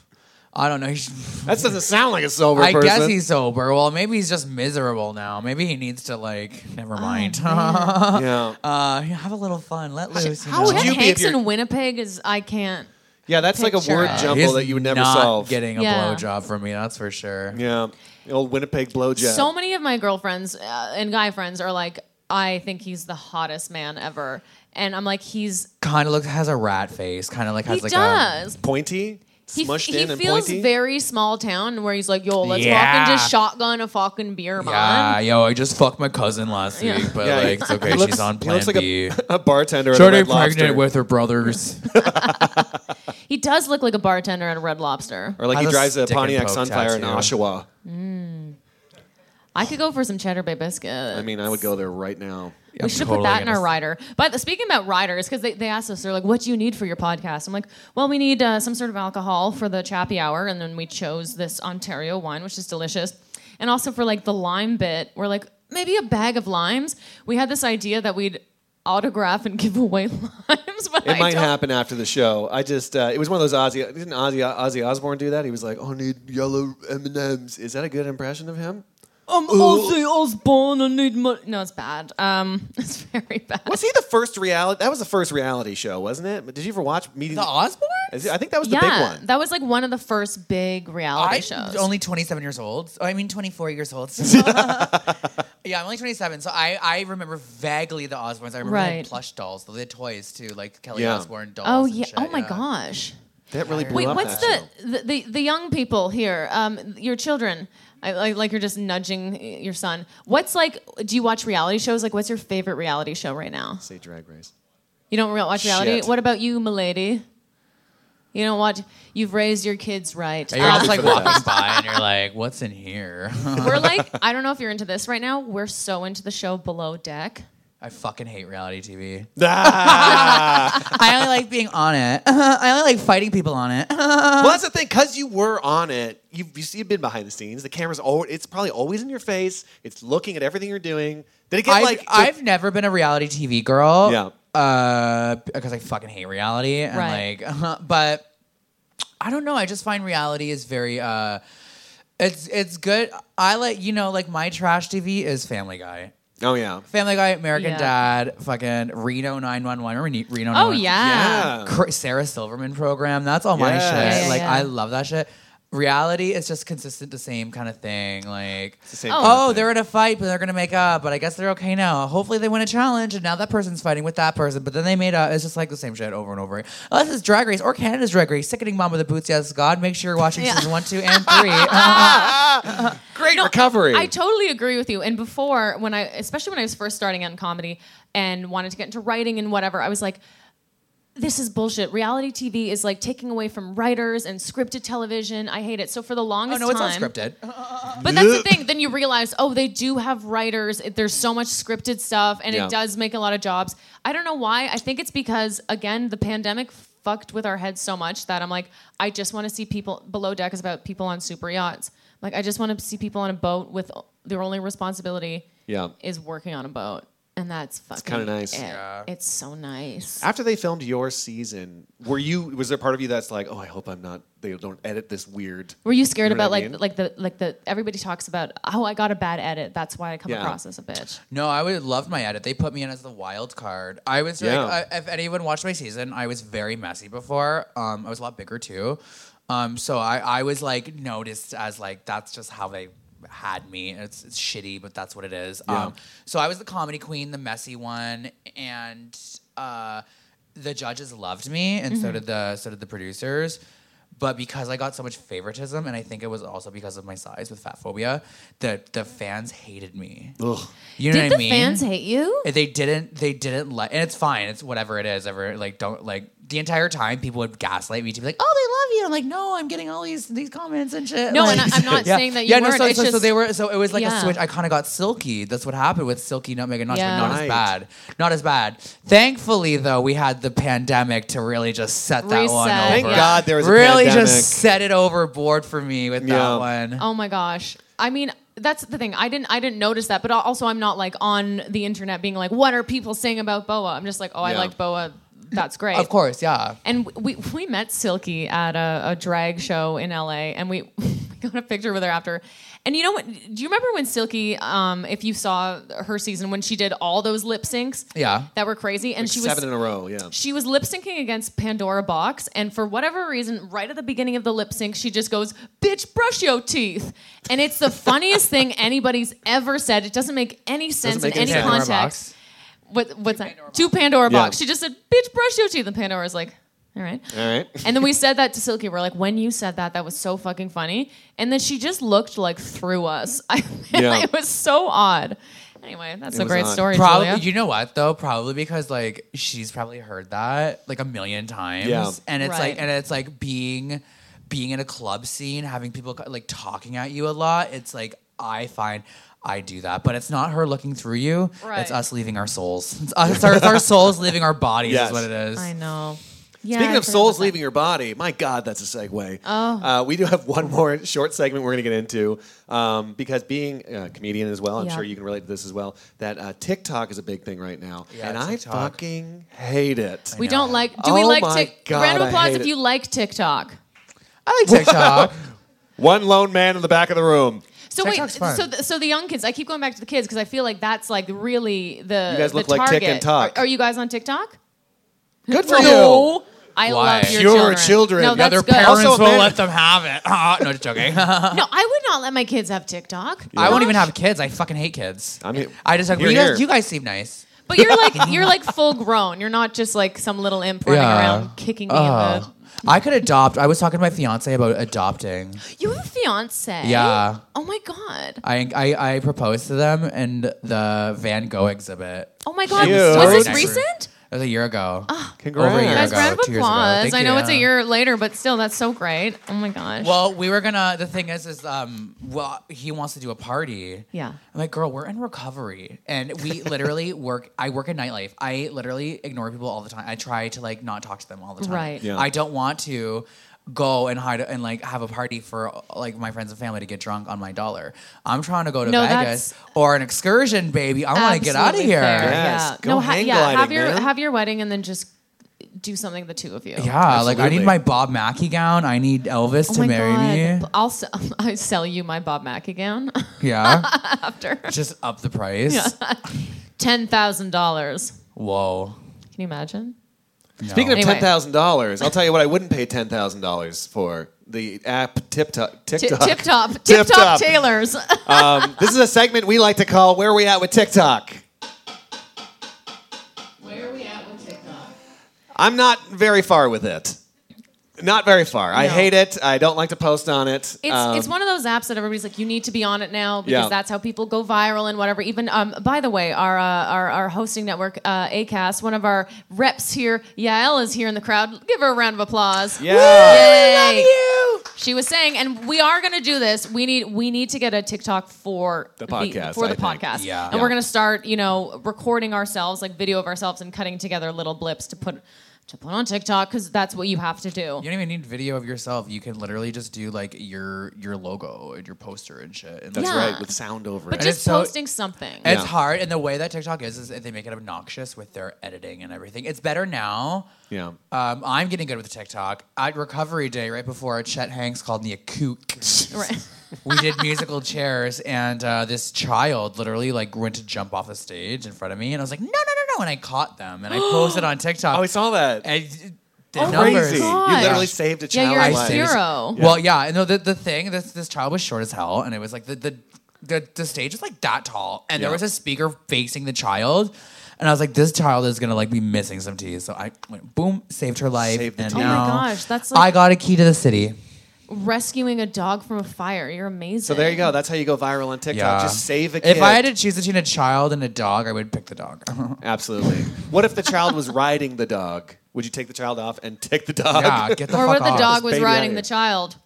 Speaker 5: I don't know. He's,
Speaker 2: That doesn't sound like a sober
Speaker 5: I
Speaker 2: person.
Speaker 5: guess he's sober. Well, maybe he's just miserable now. Maybe he needs to like. Never
Speaker 4: Oh,
Speaker 5: mind.
Speaker 2: Yeah.
Speaker 5: uh, yeah, have a little fun. Let loose. you
Speaker 2: how
Speaker 5: know?
Speaker 2: would
Speaker 4: Chet
Speaker 2: you be if
Speaker 4: Hanks
Speaker 2: you're-
Speaker 4: in Winnipeg is I can't.
Speaker 2: Yeah, that's like a
Speaker 4: Picture
Speaker 2: word
Speaker 4: it.
Speaker 2: jumble
Speaker 5: Uh, He's
Speaker 2: that you would never
Speaker 5: not
Speaker 2: solve.
Speaker 5: Getting a
Speaker 4: Yeah.
Speaker 5: blowjob from me, that's for sure.
Speaker 2: yeah. The old Winnipeg blowjob.
Speaker 4: So many of my girlfriends uh, and guy friends are like, I think he's the hottest man ever, and I'm like, he's
Speaker 5: Kind of looks has a rat face. Kind of like
Speaker 4: he
Speaker 5: has like a.
Speaker 4: does.
Speaker 2: pointy,
Speaker 4: He,
Speaker 2: smushed
Speaker 4: he
Speaker 2: in and
Speaker 4: feels
Speaker 2: pointy.
Speaker 4: very small town where he's like, yo, let's
Speaker 5: Yeah.
Speaker 4: fucking just shotgun a fucking beer bomb.
Speaker 5: Yeah, yo, I just fucked my cousin last
Speaker 4: Yeah.
Speaker 5: week, but
Speaker 2: Yeah,
Speaker 5: like it's
Speaker 2: he-
Speaker 5: okay.
Speaker 2: he looks-
Speaker 5: She's on
Speaker 2: he
Speaker 5: plan
Speaker 2: looks like a-
Speaker 5: B.
Speaker 2: a bartender at a
Speaker 5: Shorty
Speaker 2: Red Lobster.
Speaker 5: pregnant with her brothers.
Speaker 4: He does look like a bartender at a Red Lobster.
Speaker 2: or like he
Speaker 5: Has a
Speaker 2: drives a
Speaker 5: stick and
Speaker 2: Pontiac
Speaker 5: poke
Speaker 2: Sunfire in
Speaker 5: tattoo.
Speaker 2: Oshawa.
Speaker 4: I could go for some Cheddar Bay biscuit.
Speaker 2: I mean, I would go there right now.
Speaker 4: we should have put
Speaker 5: totally
Speaker 4: that in
Speaker 5: gonna
Speaker 4: our
Speaker 5: s-
Speaker 4: rider. But speaking about riders, because they, they asked us, they're like, what do you need for your podcast? I'm like, well, we need uh, some sort of alcohol for the Chappy Hour. And then we chose this Ontario wine, which is delicious. And also for like the lime bit, we're like, maybe a bag of limes. We had this idea that we'd autograph and give away limes. But
Speaker 2: It
Speaker 4: I
Speaker 2: might
Speaker 4: don't-
Speaker 2: happen after the show. I just uh, it was one of those Ozzy didn't Ozzy Ozzy Osbourne do that? He was like, "I need yellow M and M's." Is that a good impression of him?
Speaker 4: I'm Ozzy Osbourne. I need money. No, it's bad. Um, it's very bad.
Speaker 2: Was he the first reality? That was the first reality show, wasn't it? But Did you ever watch Meeting?
Speaker 5: The Osborne?
Speaker 2: Is it- I think that was the
Speaker 4: yeah,
Speaker 2: big one.
Speaker 4: that was like one of the first big reality
Speaker 5: I'm
Speaker 4: shows.
Speaker 5: only 27 years old. Oh, I mean, 24 years old. So- yeah, I'm only 27. So I, I remember vaguely the Osbournes. I remember they
Speaker 4: Right.
Speaker 5: had plush dolls, the toys too, like Kelly
Speaker 2: Yeah.
Speaker 5: Osbourne dolls.
Speaker 4: oh
Speaker 5: and
Speaker 4: yeah.
Speaker 5: shit,
Speaker 4: Oh my
Speaker 5: yeah.
Speaker 4: gosh.
Speaker 2: that really blew
Speaker 4: Wait,
Speaker 2: up.
Speaker 4: what's
Speaker 2: that
Speaker 4: the,
Speaker 2: show.
Speaker 4: the, the the young people here? Um, your children. I, like, like you're just nudging your son. What's like? Do you watch reality shows? Like, what's your favorite reality show right now?
Speaker 2: Say Drag Race.
Speaker 4: You don't real watch reality.
Speaker 2: Shit.
Speaker 4: What about you, milady? You don't watch. You've raised your kids right.
Speaker 5: You're
Speaker 4: Um,
Speaker 5: just like
Speaker 2: for the
Speaker 5: walking by and you're like, what's in here?
Speaker 4: we're like, I don't know if you're into this right now. We're so into the show Below Deck.
Speaker 5: I fucking hate reality TV.
Speaker 2: Ah!
Speaker 5: I only like being on it. I only like fighting people on it.
Speaker 2: well, that's the thing, because you were on it. You've, you see, you've been behind the scenes. The camera's always, it's probably always in your face. It's looking at everything you're doing. Did it get
Speaker 5: I've,
Speaker 2: like?
Speaker 5: I've never been a reality TV girl.
Speaker 2: Yeah.
Speaker 5: Uh, because I fucking hate reality and
Speaker 4: Right.
Speaker 5: like, but I don't know. I just find reality is very. uh It's it's good. I like you know like my trash TV is Family Guy.
Speaker 2: oh yeah.
Speaker 5: Family Guy, American
Speaker 4: Yeah.
Speaker 5: Dad, fucking Reno 911. Remember Ne- Reno 911?
Speaker 4: Oh yeah.
Speaker 2: Yeah.
Speaker 5: Cr- Sarah Silverman program. That's all my
Speaker 2: Yes.
Speaker 5: shit.
Speaker 2: Yeah,
Speaker 4: yeah,
Speaker 5: like
Speaker 4: yeah.
Speaker 5: I love that shit. Reality is just consistent, the same kind of thing. Like,
Speaker 2: It's the same
Speaker 4: Oh.
Speaker 2: kind of
Speaker 5: oh,
Speaker 2: thing.
Speaker 5: they're in a fight, but they're gonna make up. But I guess they're okay now. Hopefully, they win a challenge, and now that person's fighting with that person. But then they made up. It's just like the same shit over and over. again. Unless it's Drag Race or Canada's Drag Race, sickening mom with the boots. Yes, God, make sure you're watching
Speaker 4: Yeah.
Speaker 5: season one, two, and three. Oh,
Speaker 2: great recovery.
Speaker 4: I totally agree with you. And before, when I, especially when I was first starting out in comedy and wanted to get into writing and whatever, I was like, this is bullshit. Reality TV is like taking away from writers and scripted television. I hate it. So for the
Speaker 5: oh
Speaker 4: longest
Speaker 5: no, it's
Speaker 4: time,
Speaker 5: unscripted.
Speaker 4: but that's the thing. Then you realize, oh, they do have writers. It- There's so much scripted stuff, and
Speaker 2: Yeah.
Speaker 4: it does make a lot of jobs. I don't know why. I think it's because again, the pandemic fucked with our heads so much that I'm like, I just want to see people. Below deck is about people on super yachts. Like, I just want to see people on a boat with their only responsibility
Speaker 2: yeah.
Speaker 4: is working on a boat, and that's fucking.
Speaker 2: kinda nice.
Speaker 4: it.
Speaker 5: Yeah.
Speaker 4: It's so nice.
Speaker 2: After they filmed your season, were you? Was there part of you that's like, oh, I hope I'm not. They don't edit this weird.
Speaker 4: Were you scared
Speaker 2: You know
Speaker 4: about
Speaker 2: what I
Speaker 4: like
Speaker 2: mean?
Speaker 4: like the like the everybody talks about oh I got a bad edit that's why I come
Speaker 2: Yeah.
Speaker 4: across as a bitch.
Speaker 5: No, I would have loved my edit. They put me in as the wild card. I was
Speaker 2: Yeah.
Speaker 5: like, I, if anyone watched my season, I was very messy before. Um, I was a lot bigger too. Um, so I, I was like noticed as like that's just how they had me. It's, it's shitty, but that's what it is. Um, so I was the comedy queen, the messy one, and uh, the judges loved me, and so did the so did the producers. But because I got so much favoritism, and I think it was also because of my size with fat phobia, the the fans hated me. You know
Speaker 4: Did
Speaker 5: what
Speaker 4: the
Speaker 5: I mean?
Speaker 4: fans hate you?
Speaker 5: they didn't. They didn't like, and it's fine. It's whatever it is. Ever like don't like the entire time people would gaslight me to be like, "Oh, And I'm like, no, I'm getting all these these comments and shit.
Speaker 4: No,
Speaker 5: Like-
Speaker 4: and I- I'm not saying that you
Speaker 5: yeah,
Speaker 4: weren't.
Speaker 5: No, so,
Speaker 4: It's
Speaker 5: so, so
Speaker 4: just-
Speaker 5: they were. So it was like
Speaker 4: Yeah.
Speaker 5: a switch. I kind of got silky. That's what happened with silky nutmeg and notch,
Speaker 4: Yeah.
Speaker 5: but not
Speaker 2: Right.
Speaker 5: as bad. Not as bad. Thankfully, though, we had the pandemic to really just set that one
Speaker 4: Reset,
Speaker 5: over.
Speaker 2: Thank
Speaker 4: Yeah.
Speaker 2: God there was a
Speaker 5: really
Speaker 2: pandemic.
Speaker 5: just set it overboard for me with
Speaker 2: Yeah.
Speaker 5: that one.
Speaker 4: Oh my gosh. I mean, that's the thing. I didn't I didn't notice that, but al- also I'm not like on the internet being like, what are people saying about Boa? I'm just like, oh, I
Speaker 2: Yeah.
Speaker 4: like Boa. That's great.
Speaker 5: Of course, yeah.
Speaker 4: And w- we we met Silky at a, a drag show in LA, and we got a picture with her after. And you know what? Do you remember when Silky, um, if you saw her season when she did all those lip syncs,
Speaker 5: Yeah.
Speaker 4: that were crazy, and she was
Speaker 2: seven in a row. Yeah.
Speaker 4: she was lip syncing against Pandora Box, and for whatever reason, right at the beginning of the lip sync, she just goes, "Bitch, brush your teeth," and it's the funniest thing anybody's ever said. It doesn't make any sense
Speaker 2: make
Speaker 4: in
Speaker 2: any
Speaker 4: any
Speaker 2: sense.
Speaker 5: Pandora
Speaker 4: context.
Speaker 5: box.
Speaker 4: What, what's that? to Pandora
Speaker 2: Yeah.
Speaker 4: Box, she just said, "Bitch, brush your teeth," and Pandora's like, "All right."
Speaker 2: All right.
Speaker 4: And then we said that to Silky. We're like, when you said that, that was so fucking funny. And then she just looked like through us. I
Speaker 2: Yeah.
Speaker 4: it was so odd. Anyway, that's a
Speaker 2: was
Speaker 4: great
Speaker 2: odd.
Speaker 4: story,
Speaker 5: Probably,
Speaker 4: Julia.
Speaker 5: you know what though? Probably because like she's probably heard that like a million times,
Speaker 2: Yeah.
Speaker 5: and it's
Speaker 4: Right.
Speaker 5: like, and it's like being, being in a club scene, having people co- like talking at you a lot. It's like I find I do that, but it's not her looking through you.
Speaker 4: Right.
Speaker 5: It's us leaving our souls. It's, us, it's, our, it's our souls leaving our bodies.
Speaker 2: Yes.
Speaker 5: Is what it is.
Speaker 4: I know. Yeah,
Speaker 2: Speaking
Speaker 4: I
Speaker 2: of
Speaker 4: forgot
Speaker 2: souls
Speaker 4: about that.
Speaker 2: leaving your body, my God, that's a segue. Uh, we do have one more short segment we're going to get into um, because being a comedian as well, I'm
Speaker 4: Yeah.
Speaker 2: sure you can relate to this as well, that uh, TikTok is a big thing right now.
Speaker 5: Yeah,
Speaker 2: and I
Speaker 5: TikTok.
Speaker 2: fucking hate it.
Speaker 4: We
Speaker 5: know.
Speaker 4: don't like. Do we
Speaker 2: Oh
Speaker 4: like
Speaker 2: my
Speaker 4: Tik?
Speaker 2: God,
Speaker 4: Round of
Speaker 2: I
Speaker 4: applause
Speaker 2: hate
Speaker 4: if
Speaker 2: it.
Speaker 4: you like TikTok.
Speaker 5: I like TikTok.
Speaker 2: one lone man in the back of the room.
Speaker 4: So
Speaker 5: TikTok's
Speaker 4: wait,
Speaker 5: fun.
Speaker 4: so the, so the young kids. I keep going back to the kids because I feel like that's like really the.
Speaker 2: You guys
Speaker 4: the
Speaker 2: look like Tik
Speaker 4: target.
Speaker 2: and Tok.
Speaker 4: Are, are you guys on TikTok?
Speaker 2: Good for you.
Speaker 4: No. I
Speaker 5: Why?
Speaker 4: love your
Speaker 2: Your
Speaker 4: children.
Speaker 2: children.
Speaker 4: No,
Speaker 2: Yeah,
Speaker 4: that's
Speaker 5: Their
Speaker 4: good.
Speaker 5: parents
Speaker 2: Also,
Speaker 5: will
Speaker 2: man-
Speaker 5: let them have it. no, just joking.
Speaker 4: no, I would not let my kids have TikTok.
Speaker 5: I won't even have kids. I fucking hate kids.
Speaker 2: I mean,
Speaker 5: I just
Speaker 2: Here,
Speaker 5: you
Speaker 2: here.
Speaker 5: guys, you guys seem nice.
Speaker 4: But you're like you're like full grown. You're not just like some little imp running
Speaker 5: Yeah.
Speaker 4: around kicking me in
Speaker 5: Oh. I could adopt. I was talking to my fiance about adopting.
Speaker 4: the. You have a fiance.
Speaker 5: Yeah.
Speaker 4: Oh my god.
Speaker 5: I, I I proposed to them in the Van Gogh exhibit.
Speaker 4: Oh my god.
Speaker 2: Ew.
Speaker 4: Was this
Speaker 2: Sorry.
Speaker 4: recent?
Speaker 5: It was a year ago.
Speaker 2: Congrats.
Speaker 5: Over a year
Speaker 4: Guys,
Speaker 5: ago,
Speaker 4: Ah. round of
Speaker 5: two years ago.
Speaker 4: applause.
Speaker 5: Thank
Speaker 4: I
Speaker 5: you,
Speaker 4: know it's a
Speaker 5: yeah.
Speaker 4: year later, but still, that's so great. Oh my gosh.
Speaker 5: Well, we were gonna. The thing is, is um, well, he wants to do a party.
Speaker 4: Yeah.
Speaker 5: I'm like, girl, we're in recovery, and we literally work. I work in nightlife. I literally ignore people all the time. I try to like not talk to them all the time.
Speaker 4: Right.
Speaker 2: Yeah.
Speaker 5: I don't want to go and hide and like have a party for like my friends and family to get drunk on my dollar. I'm trying to go to
Speaker 4: No, that's-
Speaker 5: Vegas or an excursion, baby. I want to get out of
Speaker 4: Absolutely
Speaker 5: here.
Speaker 4: fair.
Speaker 2: Yes, go
Speaker 4: no,
Speaker 2: hang
Speaker 4: yeah,
Speaker 2: gliding,
Speaker 4: have your
Speaker 2: man.
Speaker 4: have your wedding and then just do something the two of you.
Speaker 5: Yeah, like I
Speaker 2: Absolutely.
Speaker 5: need my Bob Mackie gown. I need Elvis
Speaker 4: Oh
Speaker 5: to
Speaker 4: my
Speaker 5: marry
Speaker 4: god.
Speaker 5: me.
Speaker 4: I'll s- I sell you my Bob Mackie gown.
Speaker 5: Yeah. After. Just up the price.
Speaker 4: Ten thousand dollars.
Speaker 5: Whoa.
Speaker 4: Can you imagine?
Speaker 2: Speaking of
Speaker 4: Anyway.
Speaker 2: $10,000, I'll tell you what I wouldn't pay $10,000 for the app TikTok.
Speaker 4: Ti-
Speaker 2: TikTok.
Speaker 4: Tip top, tip
Speaker 2: Tip
Speaker 4: top
Speaker 2: top.
Speaker 4: tailors.
Speaker 2: Um, this is a segment we like to call Where Are We At With TikTok?
Speaker 4: Where are we at with TikTok?
Speaker 2: I'm not very far with it. Not very far. I
Speaker 4: No.
Speaker 2: hate it. I don't like to post on it.
Speaker 4: It's,
Speaker 2: Um,
Speaker 4: it's one of those apps that everybody's like, you need to be on it now because
Speaker 2: Yeah.
Speaker 4: that's how people go viral and whatever. Even um, by the way, our uh, our, our hosting network, uh, Acast, one of our reps here, Yael, is here in the crowd. Give her a round of applause.
Speaker 2: yeah.
Speaker 4: Yay. She was saying, and we are going to do this. We need we need to get a TikTok for
Speaker 2: The podcast,
Speaker 4: for the
Speaker 2: I think.
Speaker 4: podcast.
Speaker 5: Yeah.
Speaker 4: and we're going to start, you know, recording ourselves like video of ourselves and cutting together little blips to put to put on TikTok because that's what you have to do.
Speaker 5: You don't even need video of yourself. You can literally just do like your your logo and your poster and shit. And
Speaker 2: That's
Speaker 4: Yeah.
Speaker 2: right, with sound over
Speaker 4: But
Speaker 2: it.
Speaker 4: just
Speaker 5: it's so-
Speaker 4: posting something.
Speaker 5: It's
Speaker 2: Yeah.
Speaker 5: hard, and the way that TikTok is, is that they make it obnoxious with their editing and everything. It's better now.
Speaker 2: Yeah.
Speaker 5: Um, I'm getting good with TikTok. At Recovery Day, right before Chet Hanks called me a kook,
Speaker 4: Right.
Speaker 5: we did musical chairs, and uh, this child literally like went to jump off the stage in front of me, and I was like, no, no, no, no, and I caught them, and I posted on TikTok.
Speaker 2: oh, I saw that.
Speaker 5: and the
Speaker 4: Oh my
Speaker 5: numbers.
Speaker 2: Crazy.
Speaker 4: God.
Speaker 2: You literally saved a child's
Speaker 4: Yeah, you're a
Speaker 5: I
Speaker 2: life.
Speaker 5: saved-
Speaker 4: hero.
Speaker 5: Well, yeah, and no, the the thing this this child was short as hell, and it was like the the the, the stage was like that tall, and there
Speaker 2: Yeah.
Speaker 5: was a speaker facing the child, and I was like, this child is gonna like be missing some teeth. So I went boom, saved her life,
Speaker 2: Saved the
Speaker 5: and
Speaker 2: teeth.
Speaker 4: Oh my
Speaker 5: now
Speaker 4: gosh, that's like-
Speaker 5: I got a key to the city.
Speaker 4: Rescuing a dog from a fire. You're amazing.
Speaker 2: So there you go. That's how you go viral on TikTok.
Speaker 5: Yeah,
Speaker 2: Just save a kid.
Speaker 5: If I had to choose between a child and a dog, I would pick the dog.
Speaker 2: Absolutely. What if the child was riding the dog?
Speaker 1: would you take the child off and take the dog?
Speaker 5: Yeah, get the
Speaker 4: or
Speaker 5: fuck
Speaker 4: what if the
Speaker 5: off.
Speaker 4: dog was
Speaker 1: baby out
Speaker 4: riding
Speaker 1: here.
Speaker 4: the child?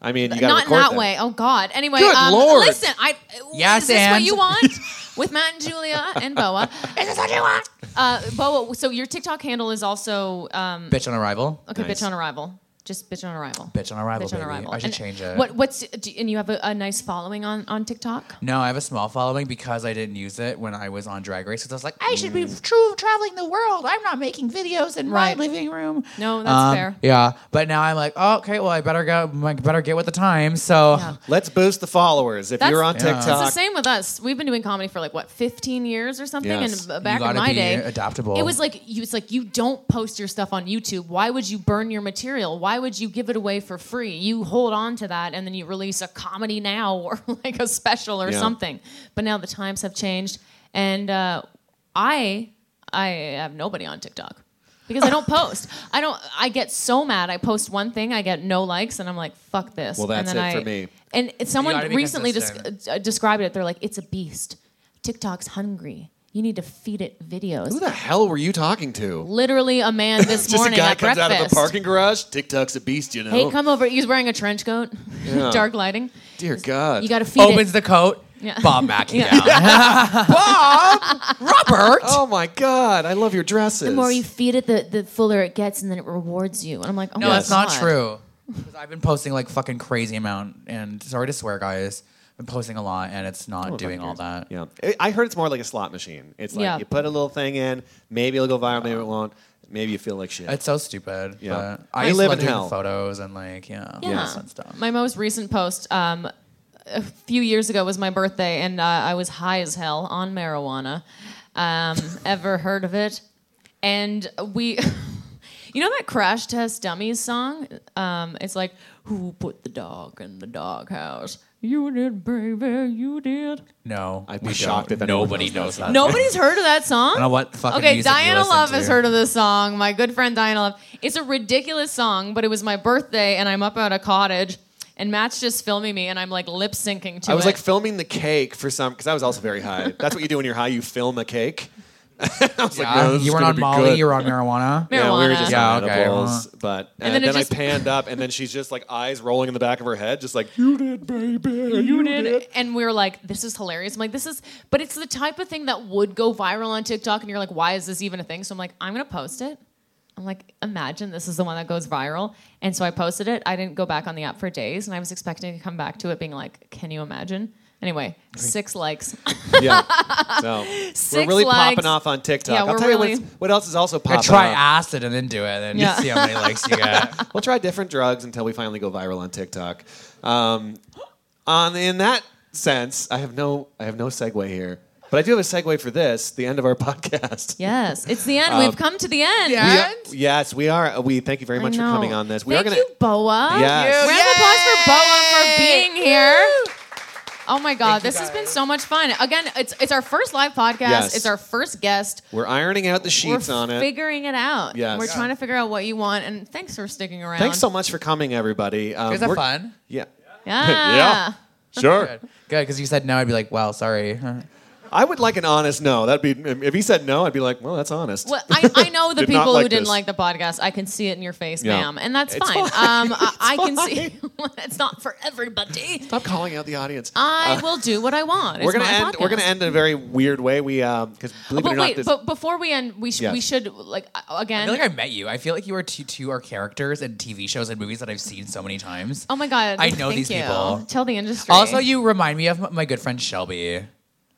Speaker 1: I mean, you got to
Speaker 4: Not in
Speaker 1: record
Speaker 4: that way. Oh God. Anyway,
Speaker 5: Good
Speaker 4: um,
Speaker 5: Lord.
Speaker 4: listen. I
Speaker 5: Yes,
Speaker 4: is this what
Speaker 5: and-
Speaker 4: you want with Matt and Julia and Boa? is this what you want? Uh, Boa. So your TikTok handle is also um,
Speaker 5: Bitch on arrival.
Speaker 4: okay.
Speaker 1: Nice.
Speaker 4: Bitch on arrival. Just bitch on arrival.
Speaker 5: Bitch on arrival.
Speaker 4: Bitch on
Speaker 5: baby.
Speaker 4: arrival.
Speaker 5: I should
Speaker 4: And
Speaker 5: change it.
Speaker 4: What? What's? Do, and you have a, a nice following on on TikTok.
Speaker 5: No, I have a small following because I didn't use it when I was on Drag Race. Because I was like, I should be true traveling the world. I'm not making videos in
Speaker 4: Mm. Right.
Speaker 5: my living room.
Speaker 4: No, that's
Speaker 5: Um,
Speaker 4: fair.
Speaker 5: Yeah, but now I'm like, oh, okay, well, I better go. I better get with the time. So
Speaker 4: Yeah.
Speaker 1: Let's boost the followers. If
Speaker 4: That's-
Speaker 1: you're on
Speaker 4: Yeah.
Speaker 1: TikTok,
Speaker 4: It's the same with us. We've been doing comedy for like what, 15 years or something.
Speaker 1: Yes.
Speaker 4: And b- back
Speaker 5: you
Speaker 4: in
Speaker 5: gotta
Speaker 4: my
Speaker 5: be
Speaker 4: day,
Speaker 5: adaptable.
Speaker 4: it was like you. It's like you don't post your stuff on YouTube. Why would you burn your material? Why would you give it away for free? You hold on to that, and then you release a comedy now or like a special or
Speaker 1: Yeah.
Speaker 4: something. But now the times have changed, and uh, I I have nobody on TikTok. Because I don't post. I don't. I get so mad. I post one thing, I get no likes, and I'm like, "Fuck this."
Speaker 1: Well, that's
Speaker 4: and then
Speaker 1: it
Speaker 4: I,
Speaker 1: for me.
Speaker 4: And it's
Speaker 5: gotta
Speaker 4: someone
Speaker 5: be
Speaker 4: recently just
Speaker 5: consistent.
Speaker 4: uh, described it. They're like, "It's a beast. TikTok's hungry. You need to feed it videos."
Speaker 1: who the hell were you talking to?
Speaker 4: literally a man this
Speaker 1: Just a
Speaker 4: morning
Speaker 1: guy
Speaker 4: at
Speaker 1: comes
Speaker 4: breakfast.
Speaker 1: out of the parking garage. TikTok's a beast, you know.
Speaker 4: Hey, come over. He's wearing a trench coat,
Speaker 1: Yeah. Uh,
Speaker 4: dark lighting.
Speaker 1: Dear God.
Speaker 4: You got to feed
Speaker 5: opens
Speaker 4: it.
Speaker 5: the coat.
Speaker 4: Yeah.
Speaker 5: Bob Mackie
Speaker 4: Yeah.
Speaker 5: down. Bob Robert.
Speaker 1: oh my God! I love your dresses.
Speaker 4: The more you feed it, the, the fuller it gets, and then it rewards you. And I'm like, oh
Speaker 5: No,
Speaker 4: my
Speaker 5: that's not
Speaker 4: God.
Speaker 5: true. 'Cause I've been posting like fucking crazy amount, and sorry to swear, guys. I've been posting a lot, and it's not doing all that.
Speaker 1: Oh, Yeah, I- I heard it's more like a slot machine. It's like
Speaker 4: Yeah.
Speaker 1: you put a little thing in, maybe it'll go viral, maybe it won't. Maybe you feel like shit.
Speaker 5: It's so stupid.
Speaker 1: Yeah.
Speaker 5: but I
Speaker 1: We
Speaker 5: used
Speaker 1: live
Speaker 5: to love
Speaker 1: in
Speaker 5: doing
Speaker 1: hell.
Speaker 5: the photos and like yeah, all
Speaker 4: Yeah.
Speaker 5: this fun stuff.
Speaker 4: My most recent post um, a few years ago was my birthday, and uh, I was high as hell on marijuana. Um, ever heard of it? And we, you know that Crash Test Dummies song? Um, it's like, who put the dog in the doghouse? You did, baby, you did.
Speaker 5: No,
Speaker 1: I'd
Speaker 5: we
Speaker 1: be shocked
Speaker 5: don't.
Speaker 1: if anyone
Speaker 5: nobody knows that.
Speaker 4: Nobody's heard of that song?
Speaker 5: I don't know what fucking
Speaker 4: Okay,
Speaker 5: music you
Speaker 4: Diana
Speaker 5: listen
Speaker 4: Love
Speaker 5: to.
Speaker 4: has heard of this song. My good friend Diana Love. It's a ridiculous song, but it was my birthday, and I'm up at a cottage, and Matt's just filming me, and I'm like lip syncing to
Speaker 1: I was
Speaker 4: it.
Speaker 1: like filming the cake for some because I was also very high. That's what you do when you're high. You film a cake. I was like,
Speaker 5: Yeah,
Speaker 1: no, this
Speaker 5: you
Speaker 1: is
Speaker 5: were
Speaker 1: gonna
Speaker 5: on
Speaker 1: be
Speaker 5: Molly.
Speaker 1: good.
Speaker 5: You were on
Speaker 4: Mar-
Speaker 5: marijuana.
Speaker 1: Yeah, we were
Speaker 4: Marijuana.
Speaker 1: just
Speaker 5: Yeah,
Speaker 1: on
Speaker 5: okay,
Speaker 1: edibles,
Speaker 5: well.
Speaker 1: but and,
Speaker 4: And then it
Speaker 1: then,
Speaker 4: just-
Speaker 1: I panned up, and then she's just like eyes rolling in the back of her head, just like you did, baby, you
Speaker 4: you did, and we were like, "This is hilarious." I'm like, "This is," but it's the type of thing that would go viral on TikTok, and you're like, "Why is this even a thing?" So I'm like, "I'm gonna post it." I'm like, "Imagine this is the one that goes viral," and so I posted it. I didn't go back on the app for days, and I was expecting to come back to it, being like, "Can you imagine?" Anyway, six likes.
Speaker 1: Yeah, so we're
Speaker 4: Six
Speaker 1: really
Speaker 4: likes.
Speaker 1: popping off on TikTok.
Speaker 4: Yeah,
Speaker 1: I'll
Speaker 4: we're
Speaker 1: tell
Speaker 4: really-
Speaker 1: you what, it's- what else is also
Speaker 5: I
Speaker 1: popping.
Speaker 5: try
Speaker 1: off.
Speaker 5: acid and then do it, and
Speaker 4: Yeah.
Speaker 5: see how many likes you get.
Speaker 1: We'll try different drugs until we finally go viral on TikTok. Um, on in that sense, I have no I have no segue here, but I do have a segue for this. The end of our podcast.
Speaker 4: Yes, it's the end. We've come to the end.
Speaker 1: Um, We are- yes, we are. uh, We thank you very
Speaker 4: I
Speaker 1: much for
Speaker 4: know.
Speaker 1: coming on this. We
Speaker 4: Thank
Speaker 1: are gonna.
Speaker 4: you, Boa.
Speaker 1: Yes.
Speaker 4: Round of applause for Boa for being here. Oh my God,
Speaker 5: Thank you,
Speaker 4: this has been
Speaker 5: guys.
Speaker 4: so much fun. Again, it's it's our first live podcast.
Speaker 1: Yes.
Speaker 4: It's our first guest.
Speaker 1: We're ironing out the sheets
Speaker 4: We're
Speaker 1: on it.
Speaker 4: figuring it out.
Speaker 1: Yes.
Speaker 4: We're
Speaker 1: Yeah.
Speaker 4: trying to figure out what you want. And thanks for sticking around.
Speaker 1: Thanks so much for coming, everybody. Um,
Speaker 5: Is that
Speaker 1: we're-
Speaker 5: fun?
Speaker 1: Yeah.
Speaker 4: Yeah.
Speaker 1: Yeah. Sure.
Speaker 5: Good, good, because you said no, I'd be like, wow, sorry.
Speaker 1: I would like an honest no. That'd be if he said no, I'd be like, well, that's honest.
Speaker 4: Well, I, I know the
Speaker 1: Did not
Speaker 4: people who
Speaker 1: like
Speaker 4: didn't
Speaker 1: this.
Speaker 4: like the podcast. I can see it in your face,
Speaker 1: Yeah.
Speaker 4: ma'am, and that's
Speaker 1: It's
Speaker 4: fine.
Speaker 1: fine.
Speaker 4: Um, I, I can
Speaker 1: fine.
Speaker 4: see it's not for everybody.
Speaker 1: Stop calling out the audience.
Speaker 4: I will do what I want.
Speaker 1: Uh, we're
Speaker 4: It's
Speaker 1: gonna
Speaker 4: my
Speaker 1: end. We're gonna
Speaker 4: podcast.
Speaker 1: end in a very weird way. We because believe it
Speaker 4: But
Speaker 1: or not,
Speaker 4: wait,
Speaker 1: this,
Speaker 4: but before we end, we should
Speaker 1: Yes.
Speaker 4: we should like uh,
Speaker 5: I
Speaker 4: again.
Speaker 5: feel like I met you. I feel like you are two, two are characters in TV shows and movies that I've seen so many times.
Speaker 4: oh my god,
Speaker 5: I know
Speaker 4: thank
Speaker 5: these
Speaker 4: you.
Speaker 5: people.
Speaker 4: Tell the industry.
Speaker 5: Also, you remind me of m- my good friend Shelby.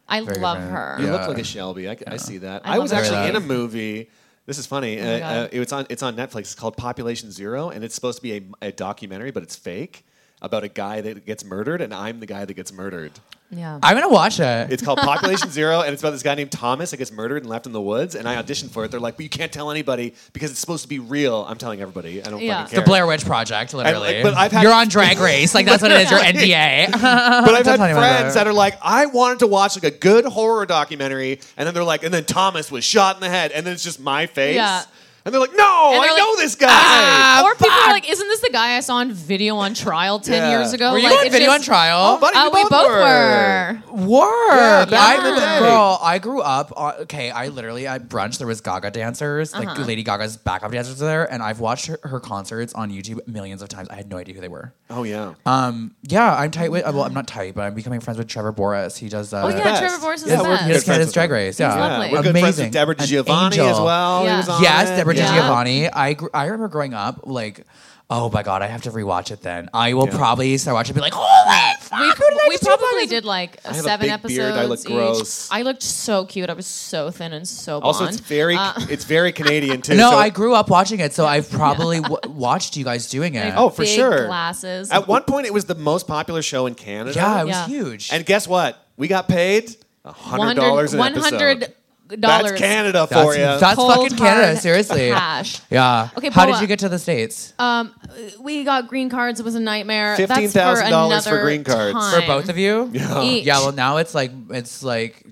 Speaker 4: I
Speaker 5: Very
Speaker 4: love
Speaker 5: good.
Speaker 4: her.
Speaker 1: You
Speaker 5: Yeah.
Speaker 1: look like a Shelby. I, I see that. I,
Speaker 4: I love
Speaker 1: was
Speaker 4: that.
Speaker 1: actually
Speaker 5: Very
Speaker 1: in a
Speaker 5: loud.
Speaker 1: movie. This is funny.
Speaker 4: my
Speaker 1: uh, uh,
Speaker 4: God.
Speaker 1: it was on. It's on Netflix. It's called Population Zero, and it's supposed to be a, a documentary, but it's fake about a guy that gets murdered, and I'm the guy that gets murdered.
Speaker 4: Yeah.
Speaker 5: I'm gonna watch it.
Speaker 1: It's called Population Zero, and it's about this guy named Thomas that gets murdered and left in the woods. And I auditioned for it. They're like, "But you can't tell anybody because it's supposed to be real." I'm telling everybody. I don't
Speaker 4: Yeah.
Speaker 1: fucking
Speaker 4: The
Speaker 1: care.
Speaker 5: the Blair Witch Project, literally.
Speaker 1: like, but I've had-
Speaker 5: You're on Drag Race, like that's what it is. Your NDA.
Speaker 1: but I've had
Speaker 5: Don't tell anyone
Speaker 1: friends
Speaker 5: about
Speaker 1: that
Speaker 5: it.
Speaker 1: are like, I wanted to watch like a good horror documentary, and then they're like, and then Thomas was shot in the head, and then it's just my face.
Speaker 4: Yeah.
Speaker 1: And they're like, no,
Speaker 4: And
Speaker 1: I
Speaker 4: they're like, "Ah!"
Speaker 1: know this guy.
Speaker 5: Ah,
Speaker 4: or people are like, isn't this the guy I saw on video on trial ten
Speaker 1: Yeah.
Speaker 4: years ago?
Speaker 5: Were you
Speaker 4: like,
Speaker 5: on
Speaker 4: it's
Speaker 5: video
Speaker 4: just-
Speaker 5: on trial?
Speaker 1: buddy,
Speaker 4: Uh,
Speaker 1: we
Speaker 4: we
Speaker 1: both
Speaker 4: both
Speaker 1: were.
Speaker 4: were.
Speaker 5: Work.
Speaker 1: Yeah, back
Speaker 5: I,
Speaker 1: in the day.
Speaker 5: Girl, I grew up. On, okay, I literally at brunch there was Gaga dancers,
Speaker 1: Uh-huh.
Speaker 5: like Lady Gaga's backup dancers were there, and I've watched her, her concerts on YouTube millions of times. I had no idea who they were.
Speaker 1: oh yeah.
Speaker 5: Um, yeah, I'm tight with. uh, Well, I'm not tight, but I'm becoming friends with Trevor Boris. He does. Uh,
Speaker 4: Oh yeah,
Speaker 1: best.
Speaker 4: Trevor Boris is
Speaker 1: Yeah,
Speaker 4: the
Speaker 1: we're-
Speaker 4: best.
Speaker 1: Good
Speaker 5: his
Speaker 1: friends
Speaker 5: kid is
Speaker 1: with
Speaker 5: Drag
Speaker 1: him.
Speaker 5: Race. Yeah,
Speaker 4: He's lovely.
Speaker 1: We're good friends
Speaker 5: Amazing.
Speaker 1: with Deborah
Speaker 5: An
Speaker 1: Giovanni as
Speaker 5: angel.
Speaker 1: well. He
Speaker 4: Yeah.
Speaker 1: was on
Speaker 5: Yes,
Speaker 1: it.
Speaker 5: Deborah
Speaker 4: Yeah.
Speaker 5: Giovanni. I gr- I remember growing up like. Oh my god, I have to rewatch it then. I will probably start watching and be like, holy fuck,
Speaker 4: We,
Speaker 5: who did I
Speaker 4: we
Speaker 5: just
Speaker 4: probably
Speaker 5: realize-
Speaker 4: did like
Speaker 1: have a
Speaker 4: seven
Speaker 1: big
Speaker 4: episodes.
Speaker 1: beard. I look
Speaker 4: each.
Speaker 1: gross.
Speaker 4: I looked so cute. I was so thin and so blonde.
Speaker 1: Also, it's very
Speaker 4: Uh,
Speaker 1: it's very Canadian too.
Speaker 5: No,
Speaker 1: so-
Speaker 5: I grew up watching it, so I've probably w- watched you guys doing it.
Speaker 1: Oh, for
Speaker 4: big
Speaker 1: sure.
Speaker 4: Glasses.
Speaker 1: At one point, it was the most popular show in Canada.
Speaker 5: yeah, it was
Speaker 4: Yeah.
Speaker 5: huge.
Speaker 1: And guess what? We got paid hundred dollars an
Speaker 4: One
Speaker 1: episode.
Speaker 4: hundred
Speaker 1: That's
Speaker 4: dollars.
Speaker 1: Canada
Speaker 5: that's,
Speaker 1: for you.
Speaker 5: that's
Speaker 4: Cold,
Speaker 5: fucking Canada,
Speaker 4: hard
Speaker 5: seriously.
Speaker 4: Cash.
Speaker 5: Yeah.
Speaker 4: Okay,
Speaker 5: How
Speaker 4: Boa.
Speaker 5: did you get to the states
Speaker 4: Um, we got green cards. It was a nightmare. That's for
Speaker 1: $15,000 for
Speaker 4: another
Speaker 1: green cards.
Speaker 4: time.
Speaker 5: for both of you? Yeah.
Speaker 4: Each.
Speaker 5: Yeah. Well, now it's like it's like.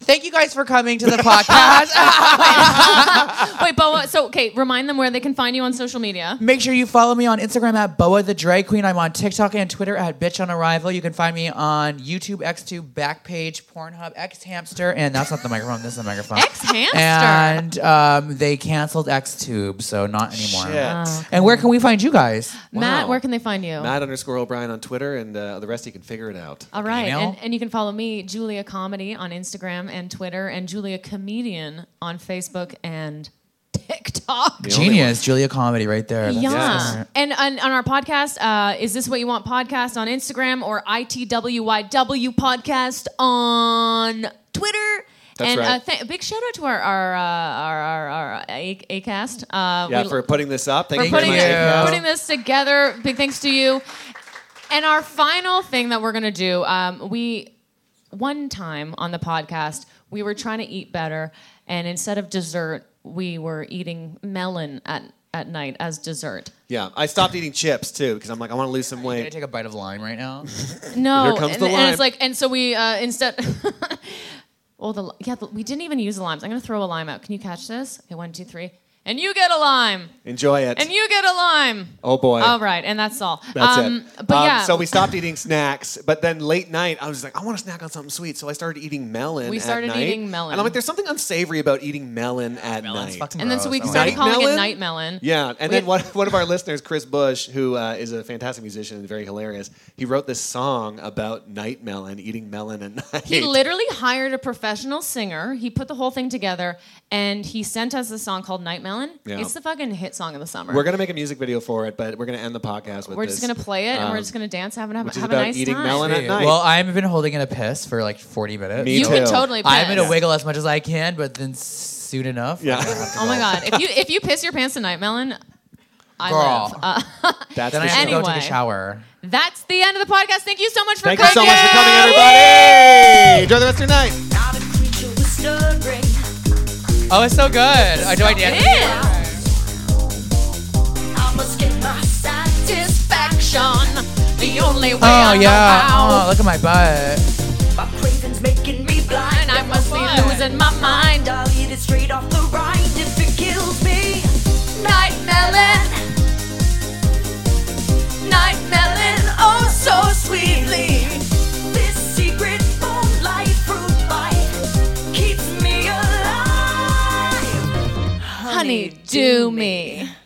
Speaker 5: Thank you guys for coming to the podcast.
Speaker 4: Wait, Boa. So, okay, remind them where they can find you on social media.
Speaker 5: Make sure you follow me on Instagram at Boa the Drag Queen. I'm on TikTok and Twitter at Bitch on Arrival. You can find me on YouTube, X2, Backpage, Pornhub, X Hamster, and that's not the microphone. This is the microphone.
Speaker 4: X hamster.
Speaker 5: And um, they canceled XTube, so not anymore.
Speaker 1: Shit.
Speaker 5: And where can we find you guys?
Speaker 4: Matt,
Speaker 1: Wow.
Speaker 4: where can they find you?
Speaker 1: Matt underscore O'Brien on Twitter, and uh, the rest you can figure it out.
Speaker 4: All right,
Speaker 5: Email.
Speaker 4: and, and you can follow me, Julia Comedy, on Instagram and Twitter, and Julia Comedian on Facebook and TikTok.
Speaker 1: The only
Speaker 5: Genius, Julia Comedy, right there. That's
Speaker 4: Yeah.
Speaker 5: smart.
Speaker 4: And on, on our podcast, uh, is this what you want podcast on Instagram or ITWYW podcast on Twitter?
Speaker 1: That's
Speaker 4: and
Speaker 1: right.
Speaker 4: uh, th- big shout out to our our uh, our our, our uh, A- Acast. Uh,
Speaker 1: one. Yeah,
Speaker 4: we-
Speaker 1: for putting this up. Thank
Speaker 4: for
Speaker 1: you
Speaker 4: putting
Speaker 1: very much.
Speaker 5: Yeah.
Speaker 4: this, putting this together. Big thanks to you. And our final thing that we're gonna do, um, we one time on the podcast we were trying to eat better, and instead of dessert, we were eating melon at at night as dessert.
Speaker 1: Yeah, I stopped eating chips too because I'm like, I want to lose some
Speaker 5: Can I
Speaker 1: weight.
Speaker 5: take a bite of lime right now?
Speaker 4: No,
Speaker 1: Here comes
Speaker 4: and,
Speaker 1: the
Speaker 4: and
Speaker 1: lime.
Speaker 4: it's like, and so we uh, instead. Well, the li- yeah, the, we didn't even use the limes. I'm gonna throw a lime out. Can you catch this? Okay, one, two, three, and you get a lime,
Speaker 1: Enjoy it.
Speaker 4: and you get a lime.
Speaker 1: oh boy.
Speaker 4: All right, and that's all.
Speaker 1: That's
Speaker 4: um,
Speaker 1: it.
Speaker 4: But
Speaker 1: Um,
Speaker 4: yeah,
Speaker 1: So we stopped eating snacks, but then late night, I was like, I want to snack on something sweet. So I started eating melon.
Speaker 4: We
Speaker 1: at
Speaker 4: started
Speaker 1: night.
Speaker 4: eating melon.
Speaker 1: And I'm like, there's something unsavory about eating melon at
Speaker 5: Melon's
Speaker 1: night.
Speaker 5: fucking
Speaker 4: and then so we
Speaker 5: gross.
Speaker 4: started
Speaker 1: Night
Speaker 4: calling it
Speaker 1: melon?
Speaker 4: night melon.
Speaker 1: Yeah, and
Speaker 4: We-
Speaker 1: then one, one of our listeners, Chris Bush, who uh, is a fantastic musician and very hilarious, he wrote this song about night melon, eating melon at night.
Speaker 4: He literally hired a professional singer. He put the whole thing together, and he sent us a song called Night Melon.
Speaker 1: Yeah.
Speaker 4: It's the fucking hit song of the summer.
Speaker 1: We're gonna make a music video for it, but we're gonna end the podcast with.
Speaker 4: We're
Speaker 1: this,
Speaker 4: just gonna play it, and we're
Speaker 1: um,
Speaker 4: just gonna dance, have, have,
Speaker 1: which is
Speaker 4: have a
Speaker 1: about
Speaker 4: nice
Speaker 1: eating
Speaker 4: time.
Speaker 1: melon at night.
Speaker 5: Well, I've been holding in a piss for like 40 minutes.
Speaker 1: Me
Speaker 4: You
Speaker 1: too.
Speaker 4: can totally. Piss.
Speaker 5: I'm going to wiggle as much as I can, but then soon enough.
Speaker 1: Yeah.
Speaker 5: I'm gonna have to
Speaker 4: Oh my
Speaker 5: go.
Speaker 4: god! If you if you piss your pants at night, Melon, I
Speaker 5: Girl.
Speaker 4: live. Uh,
Speaker 1: That's
Speaker 5: Then I
Speaker 1: the
Speaker 5: have
Speaker 1: show.
Speaker 5: to go take a
Speaker 4: Anyway.
Speaker 5: shower.
Speaker 4: that's the end of the podcast. Thank you so much for
Speaker 1: Thank you so
Speaker 4: coming.
Speaker 1: much for coming, everybody. Enjoy the rest of your night.
Speaker 6: Not a creature was stirring.
Speaker 5: Oh, it's so good. I do I dance?
Speaker 4: Yeah.
Speaker 6: I must get my satisfaction.
Speaker 4: The only way.
Speaker 5: Oh,
Speaker 4: I know
Speaker 5: yeah.
Speaker 4: how.
Speaker 5: Oh, look at my butt.
Speaker 6: My cravings making me blind.
Speaker 4: And I must be losing my mind.
Speaker 6: I'll eat it straight off the rind if it kills me.
Speaker 4: Night melon, night melon, oh so sweetly.
Speaker 6: This secret moonlight fruit bite keeps me alive.
Speaker 4: Honey, do me.